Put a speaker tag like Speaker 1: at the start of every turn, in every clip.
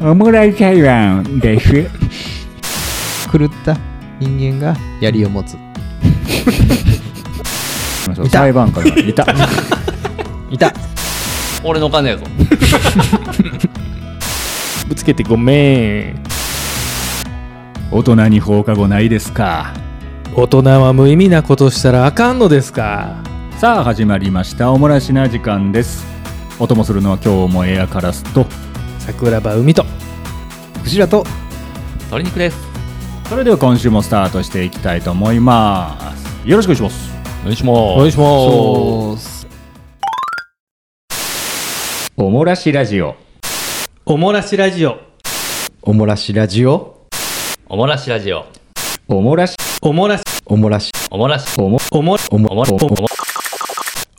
Speaker 1: オムライ台湾です。
Speaker 2: 狂った人間が槍を持ついた
Speaker 3: 裁判官がいた
Speaker 2: いた
Speaker 4: 俺のお金やぞ
Speaker 5: ぶつけてごめん
Speaker 3: 大人に放課後ないですか
Speaker 5: 大人は無意味なことしたらあかんのですか
Speaker 3: さあ始まりましたおもらしな時間ですお供するのは今日もエアカラスと
Speaker 5: 桜庭海と
Speaker 2: クジラと
Speaker 4: 鶏肉です
Speaker 3: それでは今週もスタートしていきたいと思いますよろしくお願いします
Speaker 4: お願いし
Speaker 5: お願
Speaker 4: ま
Speaker 5: いします
Speaker 3: おもらしラジオ
Speaker 5: おもらしラジオ
Speaker 2: おもらしラジオ
Speaker 4: おもらしラジオ
Speaker 3: おもらし
Speaker 5: おもらし
Speaker 2: おもらし
Speaker 4: おもらし
Speaker 3: おも
Speaker 5: おも
Speaker 2: おも
Speaker 4: おもらし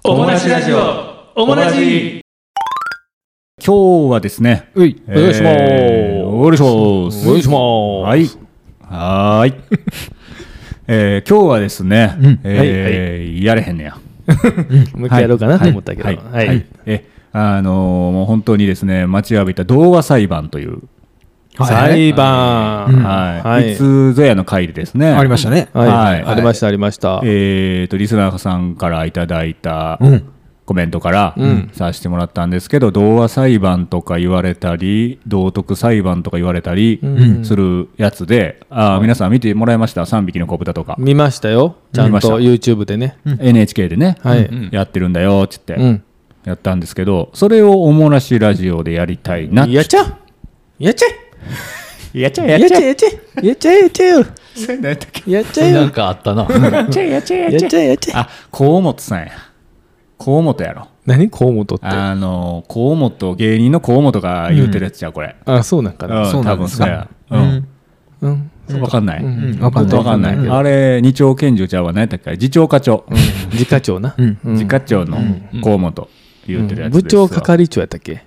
Speaker 4: おも
Speaker 5: おもらしラジオおもらし
Speaker 3: 今日はですね
Speaker 5: ういお願いしま
Speaker 3: えーお願いします
Speaker 5: すお願いします
Speaker 3: はいはーい えー、今日はですね、えーやれへんねや
Speaker 5: もう一回やろうかなと思ったけど
Speaker 3: はい
Speaker 5: は
Speaker 3: はいいえあのーもう本当にですね待ちわびた童話裁判という、
Speaker 5: 裁判
Speaker 3: はい
Speaker 5: はい
Speaker 3: いつぞやの会でですね
Speaker 2: ありましたね
Speaker 5: はい
Speaker 3: はい
Speaker 5: ありましたありました
Speaker 3: えー、とリスナーさんからいただいた
Speaker 2: うん
Speaker 3: コメントから、させてもらったんですけど童話裁判とか言われたり道徳裁判とか言われたりするやつで、あー皆さん見てもらいました3匹の子豚とか、
Speaker 5: 見ましたよちゃ
Speaker 3: 見
Speaker 5: ん
Speaker 3: ました
Speaker 5: と YouTube でね
Speaker 3: NHK でね、
Speaker 5: はい
Speaker 3: やってるんだよっつって、
Speaker 5: うん
Speaker 3: やったんですけどそれをおもらしラジオでやりたいな
Speaker 5: やっちゃうやっちゃ
Speaker 3: やっちゃ
Speaker 5: えやっちゃえやっちゃえやっちゃえやっちゃえよやっちゃえよ
Speaker 4: なんかあったな
Speaker 3: やっちゃえやっちゃえやっちゃえ
Speaker 5: やっちゃえやっちゃえ
Speaker 3: あ河本さんや河本やろ
Speaker 5: 何河本ってあ
Speaker 3: あの河本芸人の河本が言うてるやつじゃんこれ、
Speaker 5: そうなんか
Speaker 3: うん
Speaker 5: な
Speaker 2: そうなんです
Speaker 3: 多分そ
Speaker 2: か
Speaker 3: うや、うん
Speaker 5: うん
Speaker 3: わかんない。
Speaker 2: んわかんない
Speaker 3: わかんない。あれ、二丁拳銃ちゃうわ、何やったっけ次長課長。
Speaker 5: 自家長な
Speaker 2: うん
Speaker 5: うん
Speaker 3: 次課長の河本言うてるやつ
Speaker 5: 部
Speaker 3: ですわ
Speaker 5: 長係長やったっけ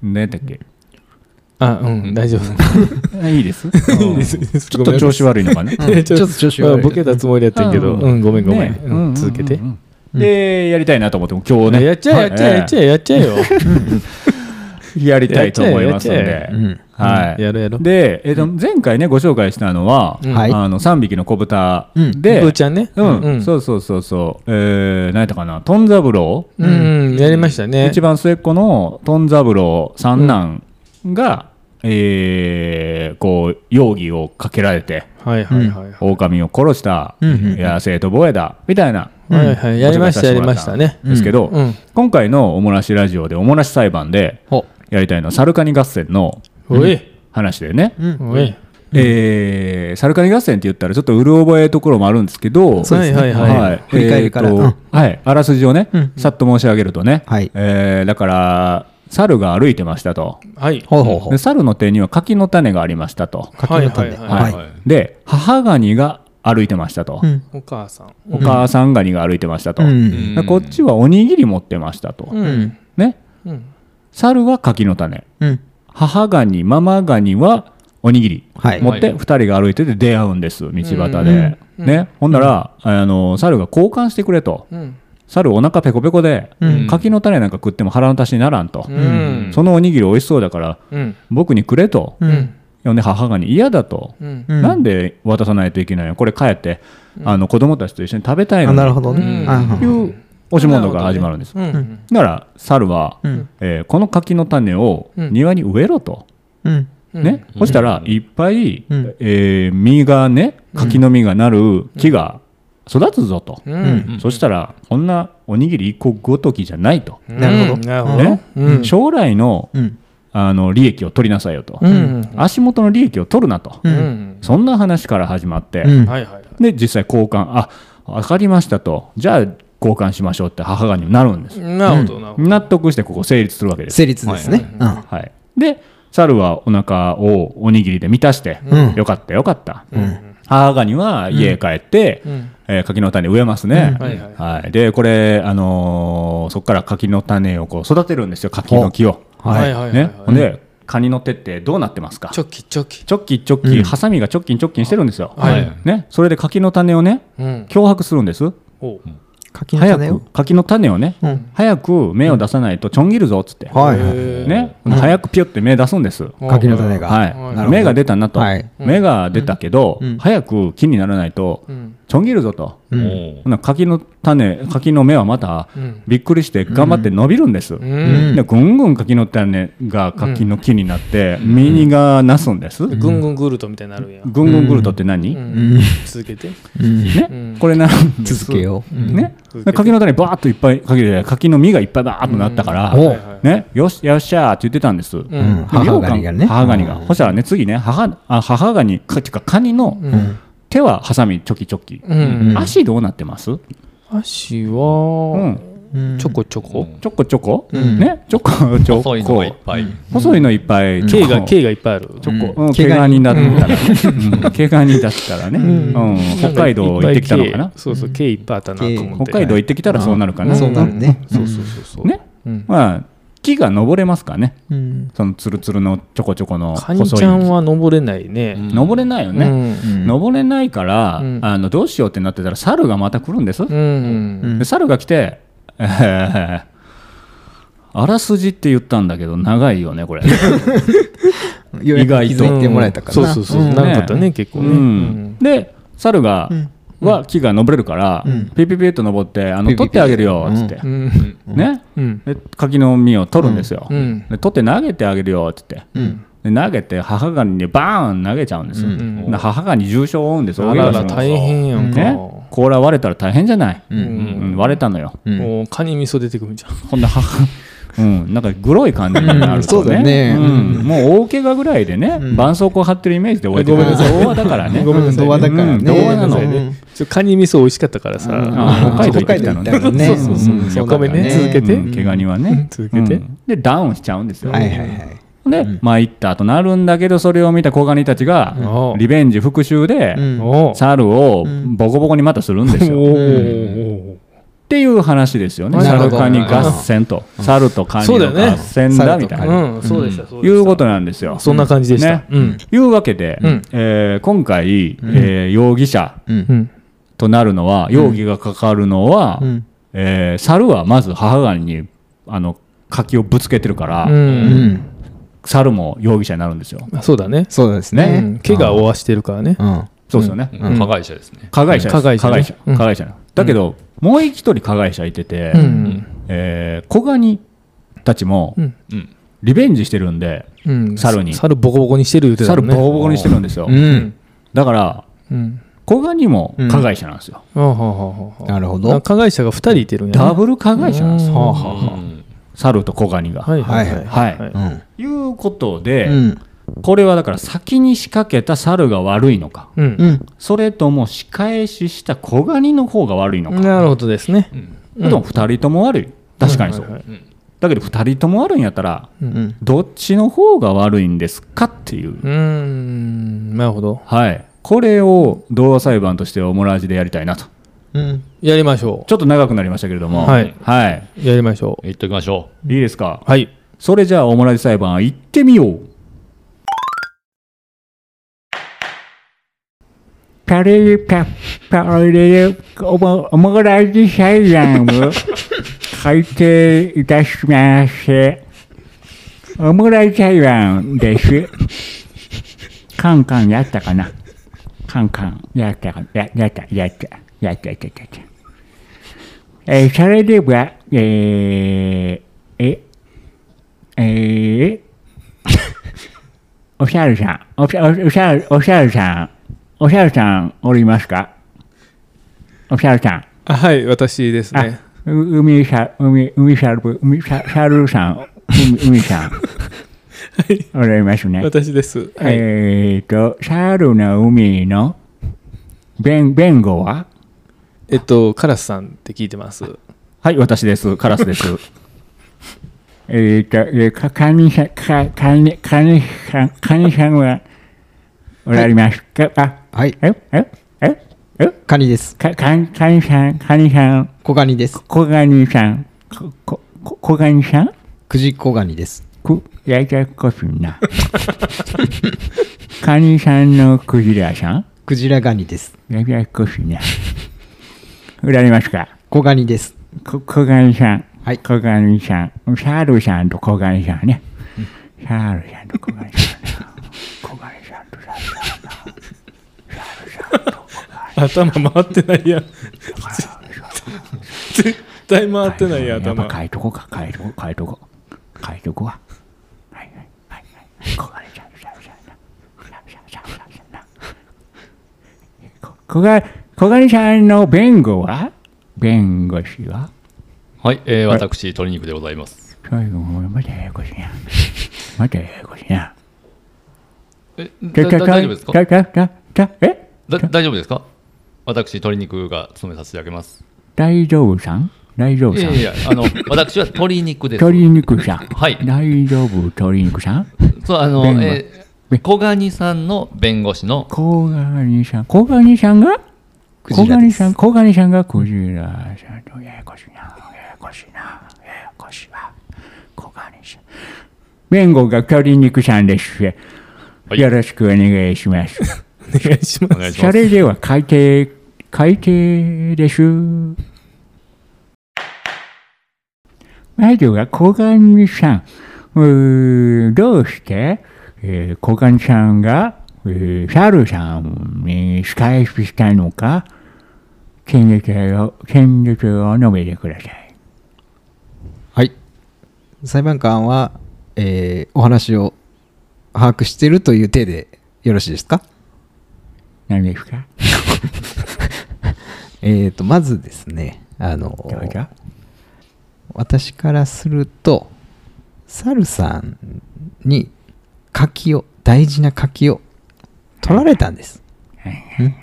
Speaker 3: 何やったっけ
Speaker 5: あうん 大丈夫
Speaker 3: あいいです。ちょっと調子悪いのかね。
Speaker 5: ちょ
Speaker 2: ちょっと調子
Speaker 5: まあ
Speaker 2: 悪い
Speaker 5: ボケたつもりやったんやけど、
Speaker 3: うん
Speaker 5: うん、ごめんごめん、
Speaker 3: ね
Speaker 5: うん続けて、
Speaker 3: で、やりたいなと思っても、今日ね。
Speaker 5: やっちゃえやっちゃえやっちゃえやっちゃえよ、
Speaker 3: え。やりたいと思いますん
Speaker 5: や
Speaker 3: で
Speaker 5: っちゃえ。
Speaker 3: はい。
Speaker 5: やろやろ
Speaker 3: で、えっと、前回ね、ご紹介したのは、
Speaker 5: うん
Speaker 2: はい
Speaker 3: あの、3匹の子豚
Speaker 2: うん
Speaker 3: で、
Speaker 5: ブーちゃんね
Speaker 3: うん
Speaker 5: うん
Speaker 3: そうそうそうそう。えー、何やったかな、トンザブロー
Speaker 5: うん、やりましたね
Speaker 3: 一番末っ子のトン三郎三男が、えーこう容疑をかけられて
Speaker 5: はいはいはい、はい
Speaker 3: 狼を殺した、
Speaker 2: んうん
Speaker 3: いや生徒防衛だみたいな、
Speaker 5: はいはいやりましたやりましたね
Speaker 3: ですけど、
Speaker 5: うんうん
Speaker 3: 今回の「おもらしラジオ」で「おもらし裁判」で
Speaker 2: ほ
Speaker 3: やりたいのはサルカニ合戦の
Speaker 5: おい
Speaker 3: 話でね、
Speaker 5: おい
Speaker 3: えーサルカニ合戦って言ったらちょっとうる覚えところもあるんですけど
Speaker 5: そうですねはいはいはい
Speaker 2: 振り返るから
Speaker 3: えーと
Speaker 2: うん
Speaker 3: はい、あらすじをね、さっと申し上げるとね、
Speaker 2: はい
Speaker 3: えーだから猿が歩いてましたと。
Speaker 5: はい
Speaker 2: ほうほうほ
Speaker 3: で猿の手には柿の種がありましたと、
Speaker 5: はいはいはい、
Speaker 2: はい
Speaker 4: はい
Speaker 3: で母ガニが歩いてましたと、
Speaker 2: ん
Speaker 5: お母さん
Speaker 3: お母さんガニが歩いてましたと、
Speaker 2: う
Speaker 4: うんん
Speaker 3: でこっちはおにぎり持ってましたと、
Speaker 5: うん
Speaker 3: ね
Speaker 5: うん
Speaker 3: 猿は柿の種
Speaker 2: うん
Speaker 3: 母ガニママガニはおにぎり
Speaker 2: はい
Speaker 3: 持って
Speaker 4: はい
Speaker 3: 2人が歩いてて出会うんです道端で、
Speaker 5: うん
Speaker 3: ね、ほんなら、あの猿が交換してくれと
Speaker 5: うん
Speaker 3: 猿お腹ペコペコで、
Speaker 4: うん
Speaker 3: 柿の種なんか食っても腹の足しにならんと、
Speaker 5: うん
Speaker 3: そのおにぎり美味しそうだから
Speaker 5: うん
Speaker 3: 僕にくれと、
Speaker 5: うん
Speaker 3: ほんで母ガニ嫌だと、
Speaker 5: うん
Speaker 2: うん
Speaker 3: なんで渡さないといけないのこれ帰って、あの子供たちと一緒に食べたい
Speaker 2: あ
Speaker 3: の
Speaker 2: なるほど
Speaker 5: う
Speaker 2: ね
Speaker 5: ん
Speaker 2: あはい
Speaker 3: いう押し問答が始まるんです、
Speaker 5: うん
Speaker 3: だから猿は、
Speaker 2: うん
Speaker 3: えーこの柿の種を
Speaker 5: うん
Speaker 3: 庭に植えろと、
Speaker 2: うん
Speaker 3: ねそしたらいっぱい、
Speaker 2: うん
Speaker 3: えー実がね柿の実がなる木が育つぞと、
Speaker 5: うん
Speaker 3: そしたらこんなおにぎり1個ごときじゃないと、
Speaker 2: なるほど
Speaker 5: なるほど
Speaker 3: ね
Speaker 5: うん
Speaker 3: 将来の
Speaker 2: うん
Speaker 3: あの利益を取りなさいよと、
Speaker 5: うん
Speaker 3: 足元の利益を取るなと、
Speaker 2: う
Speaker 5: うんん
Speaker 3: そんな話から始まって、
Speaker 2: うん
Speaker 5: はいはい
Speaker 3: で実際交換あ分かりましたとじゃあ交換しましょうって母がにもなるんです
Speaker 5: なるほどなるほど
Speaker 3: 納得してここ成立するわけです、
Speaker 2: 成立ですねうん
Speaker 3: はい、で猿はお腹をおにぎりで満たして、
Speaker 2: うん
Speaker 3: よかったよかった、母がには家帰って、
Speaker 5: うん
Speaker 3: えー柿の種植えますね、
Speaker 5: うんはいはい
Speaker 3: でこれ、あのーそこから柿の種をこう育てるんですよ柿の木を、
Speaker 5: はいはいはい
Speaker 3: ね、ほんでカニの手ってどうなってますか
Speaker 5: チョキチョキ
Speaker 3: チョッキチョッキ、ハサミがチョッキンチョッキンしてるんですよ、
Speaker 5: はい
Speaker 3: ね、それで柿の種をね
Speaker 5: うん
Speaker 3: 脅迫するんです
Speaker 5: おう
Speaker 2: 柿の種を
Speaker 3: 柿の種をね、
Speaker 2: うん
Speaker 3: 早く芽を出さないとちょん切るぞっつって、
Speaker 5: は
Speaker 6: はいい
Speaker 5: はい
Speaker 3: ね、早くピュって芽出すんです、
Speaker 6: 柿の種が
Speaker 3: はい
Speaker 6: なるほど
Speaker 3: 芽が出たなと、
Speaker 2: はい
Speaker 3: 芽が出たけど、
Speaker 2: うん
Speaker 3: 早く木にならないと
Speaker 5: うん
Speaker 3: ちょん切るぞと、
Speaker 4: お
Speaker 2: うん
Speaker 4: ー
Speaker 3: ほな柿の種柿の芽はまた
Speaker 5: うん
Speaker 3: びっくりして頑張って伸びるんです、
Speaker 5: う
Speaker 2: うんん
Speaker 3: でぐんぐん柿の種が柿の木になって、実がなすんです、
Speaker 5: でぐんぐんぐるとみたいになるんや
Speaker 3: ぐんぐんぐるとって何、
Speaker 5: うん続けて
Speaker 2: うん
Speaker 3: ね、
Speaker 5: うん
Speaker 3: これなんです
Speaker 2: 続けよううん
Speaker 3: ね
Speaker 5: うん、
Speaker 3: 柿の種バーッといっぱいかけて柿の実がいっぱいバーッとなったから、
Speaker 2: うんお
Speaker 5: はいはい
Speaker 3: ね、よしよっしゃーって言ってたんです、
Speaker 5: う
Speaker 2: うんん母ガニがね
Speaker 3: 母ガニが。そしたらね、次ね、母あ母ガニか、てかカニの
Speaker 5: うん
Speaker 3: 手はハサミチョキチョキ。
Speaker 5: うん
Speaker 3: 足どうなってます
Speaker 5: 足
Speaker 3: う
Speaker 5: は
Speaker 3: ん。
Speaker 2: うん
Speaker 5: ちょこちょこ
Speaker 3: ちょこちょこ
Speaker 2: うん
Speaker 3: ね、ちょこちょこ。
Speaker 4: 細いのがいっぱい。
Speaker 3: 細いのいっぱい。
Speaker 5: K が
Speaker 3: ちょ
Speaker 5: K がいっぱいある
Speaker 3: こちょこ。
Speaker 2: うん
Speaker 3: うん毛ガニだったら。うん毛ガニだったらね。うん北海道行ってきたのか
Speaker 5: いっぱい
Speaker 3: な
Speaker 5: K。そうそう K いっぱいあったなと思って
Speaker 3: 北海道行ってきたらそうなるかな。
Speaker 5: ん
Speaker 2: そうなるね
Speaker 5: そうそうそうそう
Speaker 3: ね。
Speaker 5: うん
Speaker 3: まあ、木が登れますかね。
Speaker 2: うん
Speaker 3: そのツルツルのちょこちょこの
Speaker 5: カニ
Speaker 3: 細い。
Speaker 5: ちゃんは登れないね
Speaker 3: 登れないよね。
Speaker 2: うん
Speaker 3: 登れないから、
Speaker 5: うん
Speaker 3: あのどうしようってなってたら猿がまた来るんです、
Speaker 5: うんうん
Speaker 2: ん
Speaker 3: で猿が来て、 えーあらすじって言ったんだけど長いよねこれ
Speaker 2: ようやく気
Speaker 3: 意外と
Speaker 2: づいてもらえたから
Speaker 5: そう
Speaker 2: な
Speaker 5: そうそう
Speaker 2: うん
Speaker 5: 長かったね結構ね
Speaker 3: う
Speaker 5: うんん
Speaker 3: で猿が、
Speaker 2: うん
Speaker 3: は木が登れるから、
Speaker 2: うん
Speaker 3: ピピピッと登ってあの
Speaker 2: ピピピ
Speaker 3: 取ってあげるよっつって、
Speaker 5: うん
Speaker 3: ね
Speaker 5: うん
Speaker 3: で柿の実を取るんですよ、
Speaker 5: うん
Speaker 3: で取って投げてあげるよっつって
Speaker 2: うん
Speaker 3: で投げて母ガニにバーン投げちゃうんですよ、
Speaker 5: ん
Speaker 3: で母ガニ重傷を負うんです
Speaker 5: あ
Speaker 3: 大怪
Speaker 5: ら
Speaker 3: 我する
Speaker 5: ら
Speaker 3: んです
Speaker 5: 大変やんか
Speaker 3: ね甲羅割れたら大変じゃない、
Speaker 2: うん
Speaker 3: うん割れたのよ
Speaker 2: うん
Speaker 5: もうカニ味噌出てくるじゃん
Speaker 3: ほんで母うん、なんかグロい感じにな
Speaker 2: うん
Speaker 3: ると
Speaker 2: そうだね
Speaker 3: ね、うんもう大怪我ぐらいでね、
Speaker 2: うん
Speaker 3: 絆創膏貼ってるイメージで終えてる
Speaker 5: ごめんなさい
Speaker 3: 童話だからね、
Speaker 5: ごめんなさいね
Speaker 2: 童話だからね
Speaker 3: うん童話なの
Speaker 2: うん
Speaker 5: ちょカニ味噌美味しかったからさ
Speaker 3: あー北海道行ってきたのね
Speaker 2: 北海道行ったのねそうそうそう
Speaker 3: うん
Speaker 2: そうなんだね
Speaker 5: ごめんね続けて
Speaker 3: うん怪我にはね、
Speaker 5: 続けて
Speaker 3: うんでダウンしちゃうんですよ、
Speaker 2: はいはいはい
Speaker 3: で、まあ行ったとなるんだけどそれを見た小ガニたちが
Speaker 5: うん
Speaker 3: リベンジ復讐で、
Speaker 2: うん
Speaker 5: おう
Speaker 3: 猿を
Speaker 2: ん
Speaker 3: ボコボコにまたするんですよ、
Speaker 5: お
Speaker 3: っ
Speaker 5: ー
Speaker 3: ていう話ですよね
Speaker 2: なるほ
Speaker 3: 猿
Speaker 2: ど
Speaker 3: カニ合戦と、猿とカニ
Speaker 5: そうだ
Speaker 3: の
Speaker 5: よね
Speaker 3: 合戦だみたいな、
Speaker 5: うんそうでしたそうで
Speaker 3: い
Speaker 5: した
Speaker 3: うことなんですよ。
Speaker 5: そんな感じでした
Speaker 3: ね
Speaker 5: うん
Speaker 3: いうわけで、
Speaker 5: うん
Speaker 3: えー今回、えー容疑者
Speaker 2: うん
Speaker 5: うん
Speaker 3: となるのは、容疑がかかるのは、
Speaker 2: うん
Speaker 3: えー猿はまず母ガニにあの柿をぶつけてるから、
Speaker 5: うん
Speaker 2: うん
Speaker 3: 猿も容疑者になるんですよ。
Speaker 5: あそうだね
Speaker 2: そうです
Speaker 5: う
Speaker 2: ね
Speaker 5: ん怪我を負わしてるからね
Speaker 2: うん
Speaker 3: そうですよね。
Speaker 4: うん加害者ですね。
Speaker 3: 加害者です。
Speaker 5: 加害
Speaker 3: 加
Speaker 5: 者ね
Speaker 3: 害者。
Speaker 5: うん
Speaker 3: 加害者なのだけど、もう一人加害者いてて、
Speaker 5: うん
Speaker 3: えー小ガニたちも
Speaker 5: うん
Speaker 4: うん。
Speaker 3: リベンジしてるんで、
Speaker 5: うん
Speaker 3: 猿に
Speaker 5: 猿ボコボコにしてる言うてた
Speaker 3: 猿
Speaker 5: もん
Speaker 3: ボ
Speaker 5: ね
Speaker 3: コボコにしてるんですよ。
Speaker 2: うん
Speaker 3: だから、
Speaker 5: うん
Speaker 3: 小ガニも加害者なんですよ。
Speaker 5: あはあはあはあ
Speaker 2: なる
Speaker 5: な
Speaker 2: ほ
Speaker 5: ん
Speaker 2: ど
Speaker 5: か加害者が2人いてるんや
Speaker 3: ダ
Speaker 5: ね
Speaker 3: ブル加害者なんですよ。
Speaker 2: はあはあは
Speaker 4: うん
Speaker 3: 猿と小ガニが。
Speaker 5: はいはいはい
Speaker 3: はい
Speaker 5: はいう
Speaker 3: いうことで、
Speaker 2: ん
Speaker 3: これはだから先に仕掛けた猿が悪いのか、
Speaker 5: うん
Speaker 2: うん
Speaker 3: それとも仕返しした小ガニの方が悪いのか、
Speaker 5: なるほどですね
Speaker 3: でも2人とも悪い、確かにそう。
Speaker 5: はいはい
Speaker 3: だけど2人とも悪いんやったら、
Speaker 2: うん
Speaker 3: どっちの方が悪いんですかっていう、
Speaker 5: うーんなるほど
Speaker 3: はい、これを童話裁判としてオモラジでやりたいなと、
Speaker 2: うん
Speaker 5: やりましょ
Speaker 3: ちょっと長くなりましたけれども、
Speaker 5: はい
Speaker 3: はい、
Speaker 5: うやりましょ
Speaker 4: 言っときましょ
Speaker 3: いいですか、
Speaker 5: うはい
Speaker 3: それじゃあオモラジ裁判、行ってみよう。
Speaker 1: カレーパッパオレーおもおもらじ裁判を改定いたしまして、おもらじ裁判です。カンカンやったかなカンカンやったかなややった、やった、やった、やった、やった。えーそれでは、えー、え、えー、 おしゃるさん、おしゃおしゃる、おしゃるさん、おしゃるさんおりますかおしゃるさん。
Speaker 5: あはい私です
Speaker 1: あ、
Speaker 5: ね
Speaker 1: う海さ、海、海さるぶ、海さ、さるさん、海、海さん。おられますね。
Speaker 5: 私ですはい
Speaker 1: えっ、と、サルの海の弁弁護は
Speaker 5: えっとカラスさんって聞いてます
Speaker 3: はい、私です。カラスです。
Speaker 1: えっ、と、えー、か、かにさん、か、かに、かにさん、かにさんはおられますか、あ、
Speaker 2: はい
Speaker 1: え、え、え、え
Speaker 2: カニです
Speaker 1: か、かん、かにさん、かにさん、
Speaker 2: 小ガニです
Speaker 1: こがにさん、こ、こ、ここがにさん
Speaker 2: クジコガニです
Speaker 1: く、やいたこしいな。かにさんのクジラさん
Speaker 2: クジラガニです
Speaker 1: やいたこしいな。おられますか
Speaker 2: 小ガニです。
Speaker 3: こ小金さん、
Speaker 2: はい
Speaker 3: 小金さん、シャールさんと小金さんね。シャールさんと小金さんね。小金さんとシャールさんな。シャールさんと小
Speaker 5: 頭回ってないやん
Speaker 3: 金さんとシャールさん。
Speaker 5: 絶対回ってないや
Speaker 3: っ
Speaker 5: ん頭
Speaker 3: ぱ変えとこうか、変えとこう、変えとこう。変えとこうは。はいはいはいはい。小金ちゃん、シャルシャルな。シャルシャルシャルシャルな。こ小金、小金さんの弁護は弁護士は
Speaker 4: はい、えー、私、鶏肉でございます。
Speaker 3: 最後までややこしいな。またややこしいな。
Speaker 4: え、
Speaker 3: ち
Speaker 4: だ
Speaker 3: ょち
Speaker 4: だ
Speaker 3: ょ
Speaker 4: 大丈夫ですか
Speaker 3: ちょちょちょちょえ
Speaker 4: だ大丈夫ですか私、鶏肉が務めさせてあげます。
Speaker 3: 大丈夫さん大丈夫
Speaker 4: い
Speaker 3: さ
Speaker 4: や
Speaker 3: ん
Speaker 4: いや、あの、私は鶏肉です。
Speaker 3: 鶏肉さん。
Speaker 4: はい
Speaker 3: 大丈夫鶏肉さん
Speaker 4: そう、あ
Speaker 3: 弁
Speaker 4: の、
Speaker 3: 護
Speaker 4: えー、小ガニさんの弁護士の、
Speaker 3: 小金さん。小金さんが
Speaker 2: ク
Speaker 3: 小
Speaker 2: ジラ
Speaker 3: 金
Speaker 2: で
Speaker 3: さ
Speaker 2: す。
Speaker 3: ん、小金さんがクジラさんとややこしいな。ややこしいな。ややこしいわ。小金さん。弁護が鶏肉さんです。
Speaker 4: はい
Speaker 3: よろしくお願いします。
Speaker 5: お願いしま
Speaker 4: お
Speaker 5: す
Speaker 4: 願いし
Speaker 3: そ
Speaker 4: ます。
Speaker 3: れでは海底、海底です。まずは小神さん。うーどうして、えー、小神さんが、えー、猿さんに仕返ししたのか、剣術を、剣術を述べてください。
Speaker 2: はい。裁判官は、えーお話を把握しているという体でよろしいですか
Speaker 3: 何ですか
Speaker 2: えっ、と、まずですね、あの
Speaker 3: どうぞ。
Speaker 2: 私からすると、サルさんに柿を、大事な柿を取られたんです。うんうん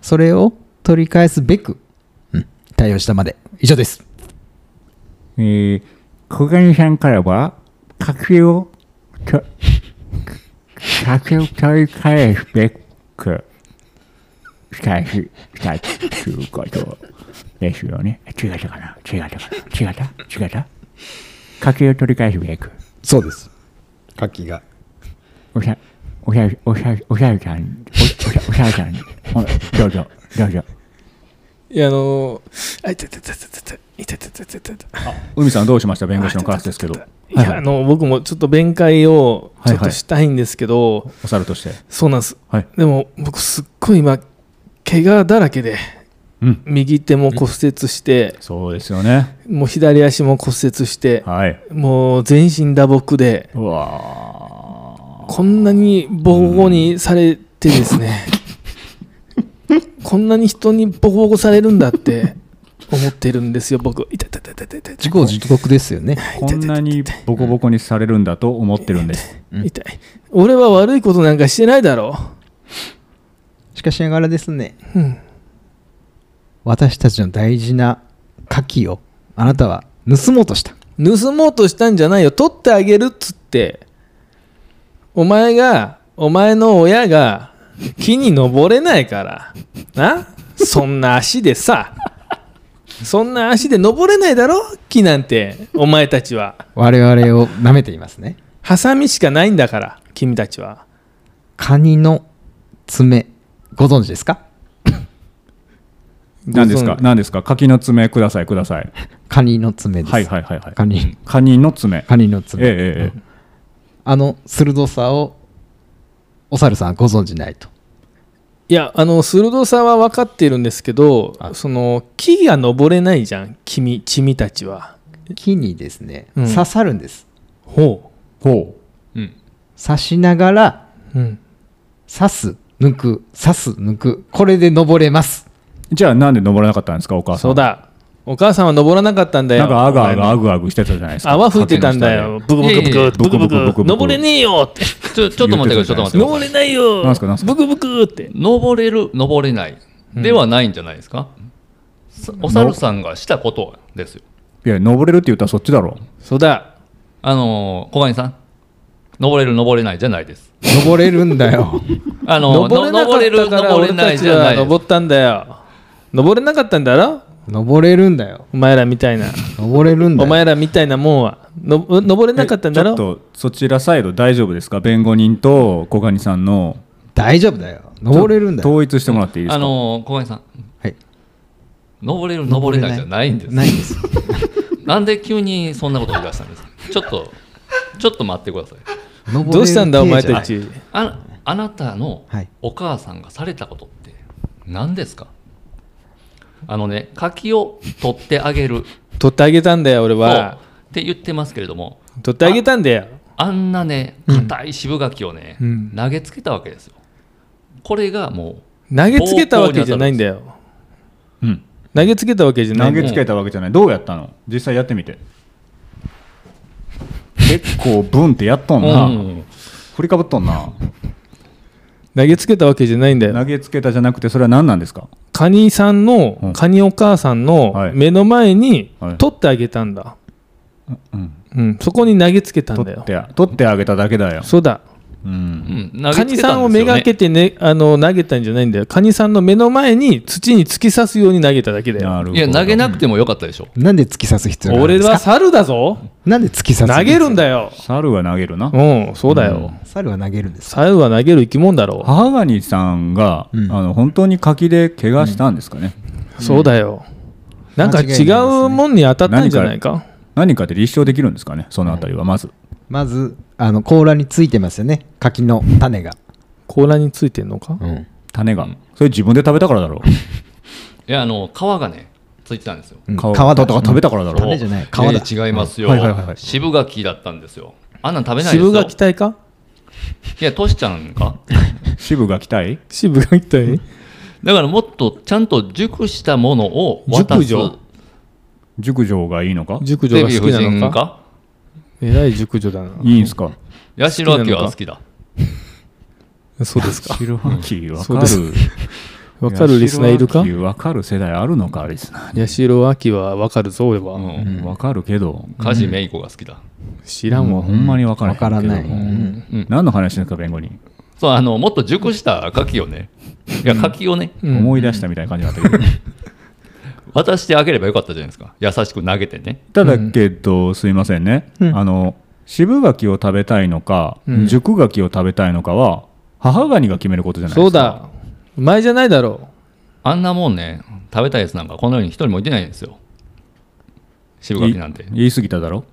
Speaker 2: それを取り返すべく、うん対応したまで。以上です。
Speaker 3: えー、小金さんからは、柿を、と、柿を取り返すべく、仕返ししたということですよね。違ったかな違ったかな違った違った柿を取り返すべく、
Speaker 2: そうです。柿が。
Speaker 3: おさ、おさ、おさ、おさるさん、おおさ、おさるさん、おどうぞ、どうぞ。
Speaker 5: いやあのーあいたいたいたいたいたいたいたいたいたいた
Speaker 7: 海さんどうしました弁護士のカラスですけど
Speaker 5: いやあの僕もちょっと弁解を
Speaker 7: はい
Speaker 5: ち
Speaker 7: は
Speaker 5: ょ
Speaker 7: い
Speaker 5: っとしたいんですけど、
Speaker 7: お猿として
Speaker 5: そうなんです、
Speaker 7: はい
Speaker 5: でも僕すっごい今怪我だらけで、
Speaker 7: うん
Speaker 5: 右手も骨折して、
Speaker 7: そうですよね
Speaker 5: もう左足も骨折して、
Speaker 7: はい
Speaker 5: もう全身打撲で
Speaker 7: うわ
Speaker 5: こんなにボコボコにされてで すね、こんなに人にボコボコされるんだって思ってるんですよ僕痛い痛い痛い痛い痛い
Speaker 2: 自業自得ですよね。
Speaker 7: ーこんなにボコボコにされるんだと思ってるんです
Speaker 5: 痛い俺は悪いことなんかしてないだろ
Speaker 2: しかしながらですね、
Speaker 5: う、うん、
Speaker 2: 私たちの大事な柿をあなたは盗もうとした。
Speaker 5: 盗もうとしたんじゃないよ取ってあげるっつってお前がお前の親が木に登れないからなそんな足でさそんな足で登れないだろ木なんてお前たちは
Speaker 2: 我々を舐めていますね。
Speaker 5: ハサミしかないんだから君たちは
Speaker 2: カニの爪、ご存知ですか
Speaker 7: 何ですか
Speaker 5: ご存
Speaker 7: 何ですか柿の爪くださいください
Speaker 2: カニの爪です。
Speaker 7: はいはいはいはい
Speaker 2: カニ、
Speaker 7: カニの爪
Speaker 2: カニの
Speaker 7: ええ
Speaker 2: 爪。
Speaker 7: えええ
Speaker 2: あの鋭さを、お猿さんはご存じないと。
Speaker 5: いやあの鋭さは分かっているんですけど
Speaker 2: あ
Speaker 5: その木が登れないじゃん君君たちは
Speaker 2: 木にですね、
Speaker 5: うん
Speaker 2: 刺さるんです。
Speaker 5: ほ
Speaker 7: えほ
Speaker 4: うん。
Speaker 2: 刺しながら、
Speaker 5: う、うん、
Speaker 2: 刺す、抜く、刺す、抜く。これで登れます。
Speaker 7: うじゃあなんで登らなかったんですかお母さん
Speaker 5: そうだお母さんは登らなかったんだよ
Speaker 7: なんかあがあ
Speaker 5: お前
Speaker 7: が
Speaker 5: の
Speaker 7: あぐあぐしてたじゃないですか
Speaker 5: 泡吹いてたんだよブクブクブ
Speaker 4: いやいや
Speaker 5: クブクブ
Speaker 7: ブクブクブクブ
Speaker 5: ク
Speaker 7: ク
Speaker 5: 登れねえよって
Speaker 4: ちょ、ちょっと待ってください、ちょっと待ってください
Speaker 5: 登。れないよ
Speaker 7: なんすかなんすか
Speaker 5: ブクブクって
Speaker 4: 登れる登れないではないんじゃないですか、さお猿さんがしたことですよ
Speaker 7: いや登れるって言ったらそっちだろ
Speaker 5: そうだ
Speaker 4: あのー小金さん登れる登れないじゃないです
Speaker 2: 登れるん だよ。
Speaker 4: あのー
Speaker 5: 登れなかったか
Speaker 4: の
Speaker 5: ら
Speaker 4: 登
Speaker 5: 俺
Speaker 4: れな
Speaker 5: た
Speaker 4: い
Speaker 5: ち
Speaker 4: じゃな
Speaker 5: はい
Speaker 4: です
Speaker 5: 登ったんだよ登れなかったんだろ
Speaker 2: 登れるんだよ。
Speaker 5: お前らみたいな
Speaker 2: 登れるんだ
Speaker 5: お
Speaker 2: よ。
Speaker 5: 前らみたいなもんはの登れ
Speaker 7: う
Speaker 5: なかったんだ
Speaker 7: えち
Speaker 5: ろ
Speaker 7: ょっとそちらサイド大丈夫ですか弁護人と小金さんの
Speaker 2: 大丈夫だよ。登れるんだよ。
Speaker 7: 統一してもらっていいですか
Speaker 4: あのー小金さん
Speaker 2: はい。
Speaker 4: 登れる登れないじゃないんです
Speaker 2: ないんです。
Speaker 4: なんで急にそんなこと言い出したんですかちょっとちょっと待ってください
Speaker 2: 登 れる
Speaker 5: どうしたんだお前
Speaker 2: 系じゃ
Speaker 5: た
Speaker 2: ない。
Speaker 5: ち
Speaker 4: ああなたの
Speaker 2: はい
Speaker 4: お母さんがされたことって何ですかあのね柿を取ってあげる
Speaker 5: 取ってあげたんだよ俺
Speaker 4: と
Speaker 5: は
Speaker 4: って言ってますけれども
Speaker 5: 取ってあげたんだよ
Speaker 4: あんなね硬い渋柿をね、
Speaker 5: うん
Speaker 4: 投げつけたわけですよこれがも
Speaker 5: 投げつけたわけじゃないんだよ
Speaker 3: うん、
Speaker 5: 投げつけたわけじゃな
Speaker 3: 投
Speaker 5: いんだ
Speaker 3: げ
Speaker 5: よ
Speaker 3: つけたわけじゃないどうやったの実際やってみて結構ブンってやっと
Speaker 4: う、
Speaker 3: んな、
Speaker 4: うん
Speaker 3: 振りかぶっとんな
Speaker 5: 投げつけたわけじゃないんだよ
Speaker 3: 投げつけたじゃなくてそれは何なんですか
Speaker 5: カニさんの、
Speaker 3: うん
Speaker 5: カニお母さん
Speaker 3: は
Speaker 5: の
Speaker 3: い
Speaker 5: 目の前に
Speaker 3: はい
Speaker 5: 取ってあげたんだ、
Speaker 3: うん
Speaker 5: うん、そこに投げつけたんだ
Speaker 3: 取
Speaker 5: よ
Speaker 3: って取ってあげただけだよ、
Speaker 5: そうだ
Speaker 3: うん、
Speaker 4: うん、
Speaker 5: カニさんをめがけ
Speaker 4: て
Speaker 5: て、ね、あの投げたんじゃないんだよカニさんの目の前に土に突き刺すように投げただけだよ
Speaker 3: なるほ
Speaker 4: い
Speaker 3: ど
Speaker 4: や投げなくてもよかったでしょ
Speaker 2: なんで突き刺す必要があるん
Speaker 5: 俺
Speaker 2: ですか
Speaker 5: は猿だぞ
Speaker 2: なんで突き刺す
Speaker 5: 投げるん
Speaker 2: だ
Speaker 5: だよ
Speaker 3: 猿は投げるな
Speaker 5: うんそうだよ、
Speaker 2: 猿は投げるんですか
Speaker 5: 猿は投げる生き物だろ
Speaker 3: 母ガニさんが、
Speaker 2: うん
Speaker 3: あの本当に柿で怪我したんですかね、
Speaker 5: そうだよなんか
Speaker 2: 間違いないです
Speaker 5: 違
Speaker 2: ね
Speaker 5: うもんに当たったんじゃないか
Speaker 3: 何かで立証できるんですかねそのあたりはまず、
Speaker 2: まずあの甲羅についてますよね柿の種が、
Speaker 5: 甲羅についてんのか
Speaker 2: うん、
Speaker 3: 種がそれ自分で食べたからだろ
Speaker 4: いやあの皮がねついてたんですよ
Speaker 2: うん
Speaker 3: う
Speaker 2: 皮
Speaker 3: 皮
Speaker 2: だ
Speaker 3: とか食べたからだろ
Speaker 2: 種
Speaker 3: う
Speaker 2: じゃない皮
Speaker 4: いや
Speaker 2: だ
Speaker 4: いや違いますよ、
Speaker 3: はいはいはいはい
Speaker 4: 渋柿だったんですよあんなん食べないですよ
Speaker 5: 渋柿隊か
Speaker 4: いやトシちゃんか
Speaker 3: 渋が来たい
Speaker 5: 渋柿隊
Speaker 4: だからもっとちゃんと熟したものを渡
Speaker 5: 熟
Speaker 4: す
Speaker 5: 女
Speaker 3: 熟女がいいのか
Speaker 5: 熟女
Speaker 4: デ
Speaker 5: が
Speaker 4: ヴィ
Speaker 5: 好
Speaker 4: 夫
Speaker 5: きなの
Speaker 4: 人
Speaker 5: か
Speaker 4: か
Speaker 5: えらい熟女だない
Speaker 3: いんすか
Speaker 4: 八代亜紀は好きだ
Speaker 5: そうですか
Speaker 3: 白ハキわ
Speaker 5: そ
Speaker 3: か
Speaker 5: う
Speaker 3: る
Speaker 5: ですわかるリスナーいるか
Speaker 3: 八代亜紀わかる世代あるのかリスナー
Speaker 5: 八代亜紀はわかるぞ俺は、
Speaker 4: うん
Speaker 3: にわかるけど
Speaker 4: 梶芽衣子が好きだ、
Speaker 5: 知らんわ、
Speaker 3: ほんまにわからへ
Speaker 2: わ
Speaker 3: んけ
Speaker 2: か
Speaker 3: ども
Speaker 2: らない、うん
Speaker 4: うん
Speaker 3: 何の話ですか弁護人
Speaker 4: そうあのもっと熟した牡蠣を ねいや牡蠣をね
Speaker 5: うん
Speaker 3: 思い出したみたいな感じになったけど
Speaker 4: 渡してあげればよかったじゃないですか優しく投げてね
Speaker 3: ただけどすいませんねあの渋柿を食べたいのか
Speaker 5: うん
Speaker 3: 熟柿を食べたいのかは母ガニが決めることじゃないで
Speaker 5: そう
Speaker 3: すか
Speaker 5: だお前じゃないだろ
Speaker 4: あんなもんね食べたいやつなんかこの世に一人もいてないんですよ渋
Speaker 3: い
Speaker 4: 柿なんて
Speaker 3: 言い過ぎただろ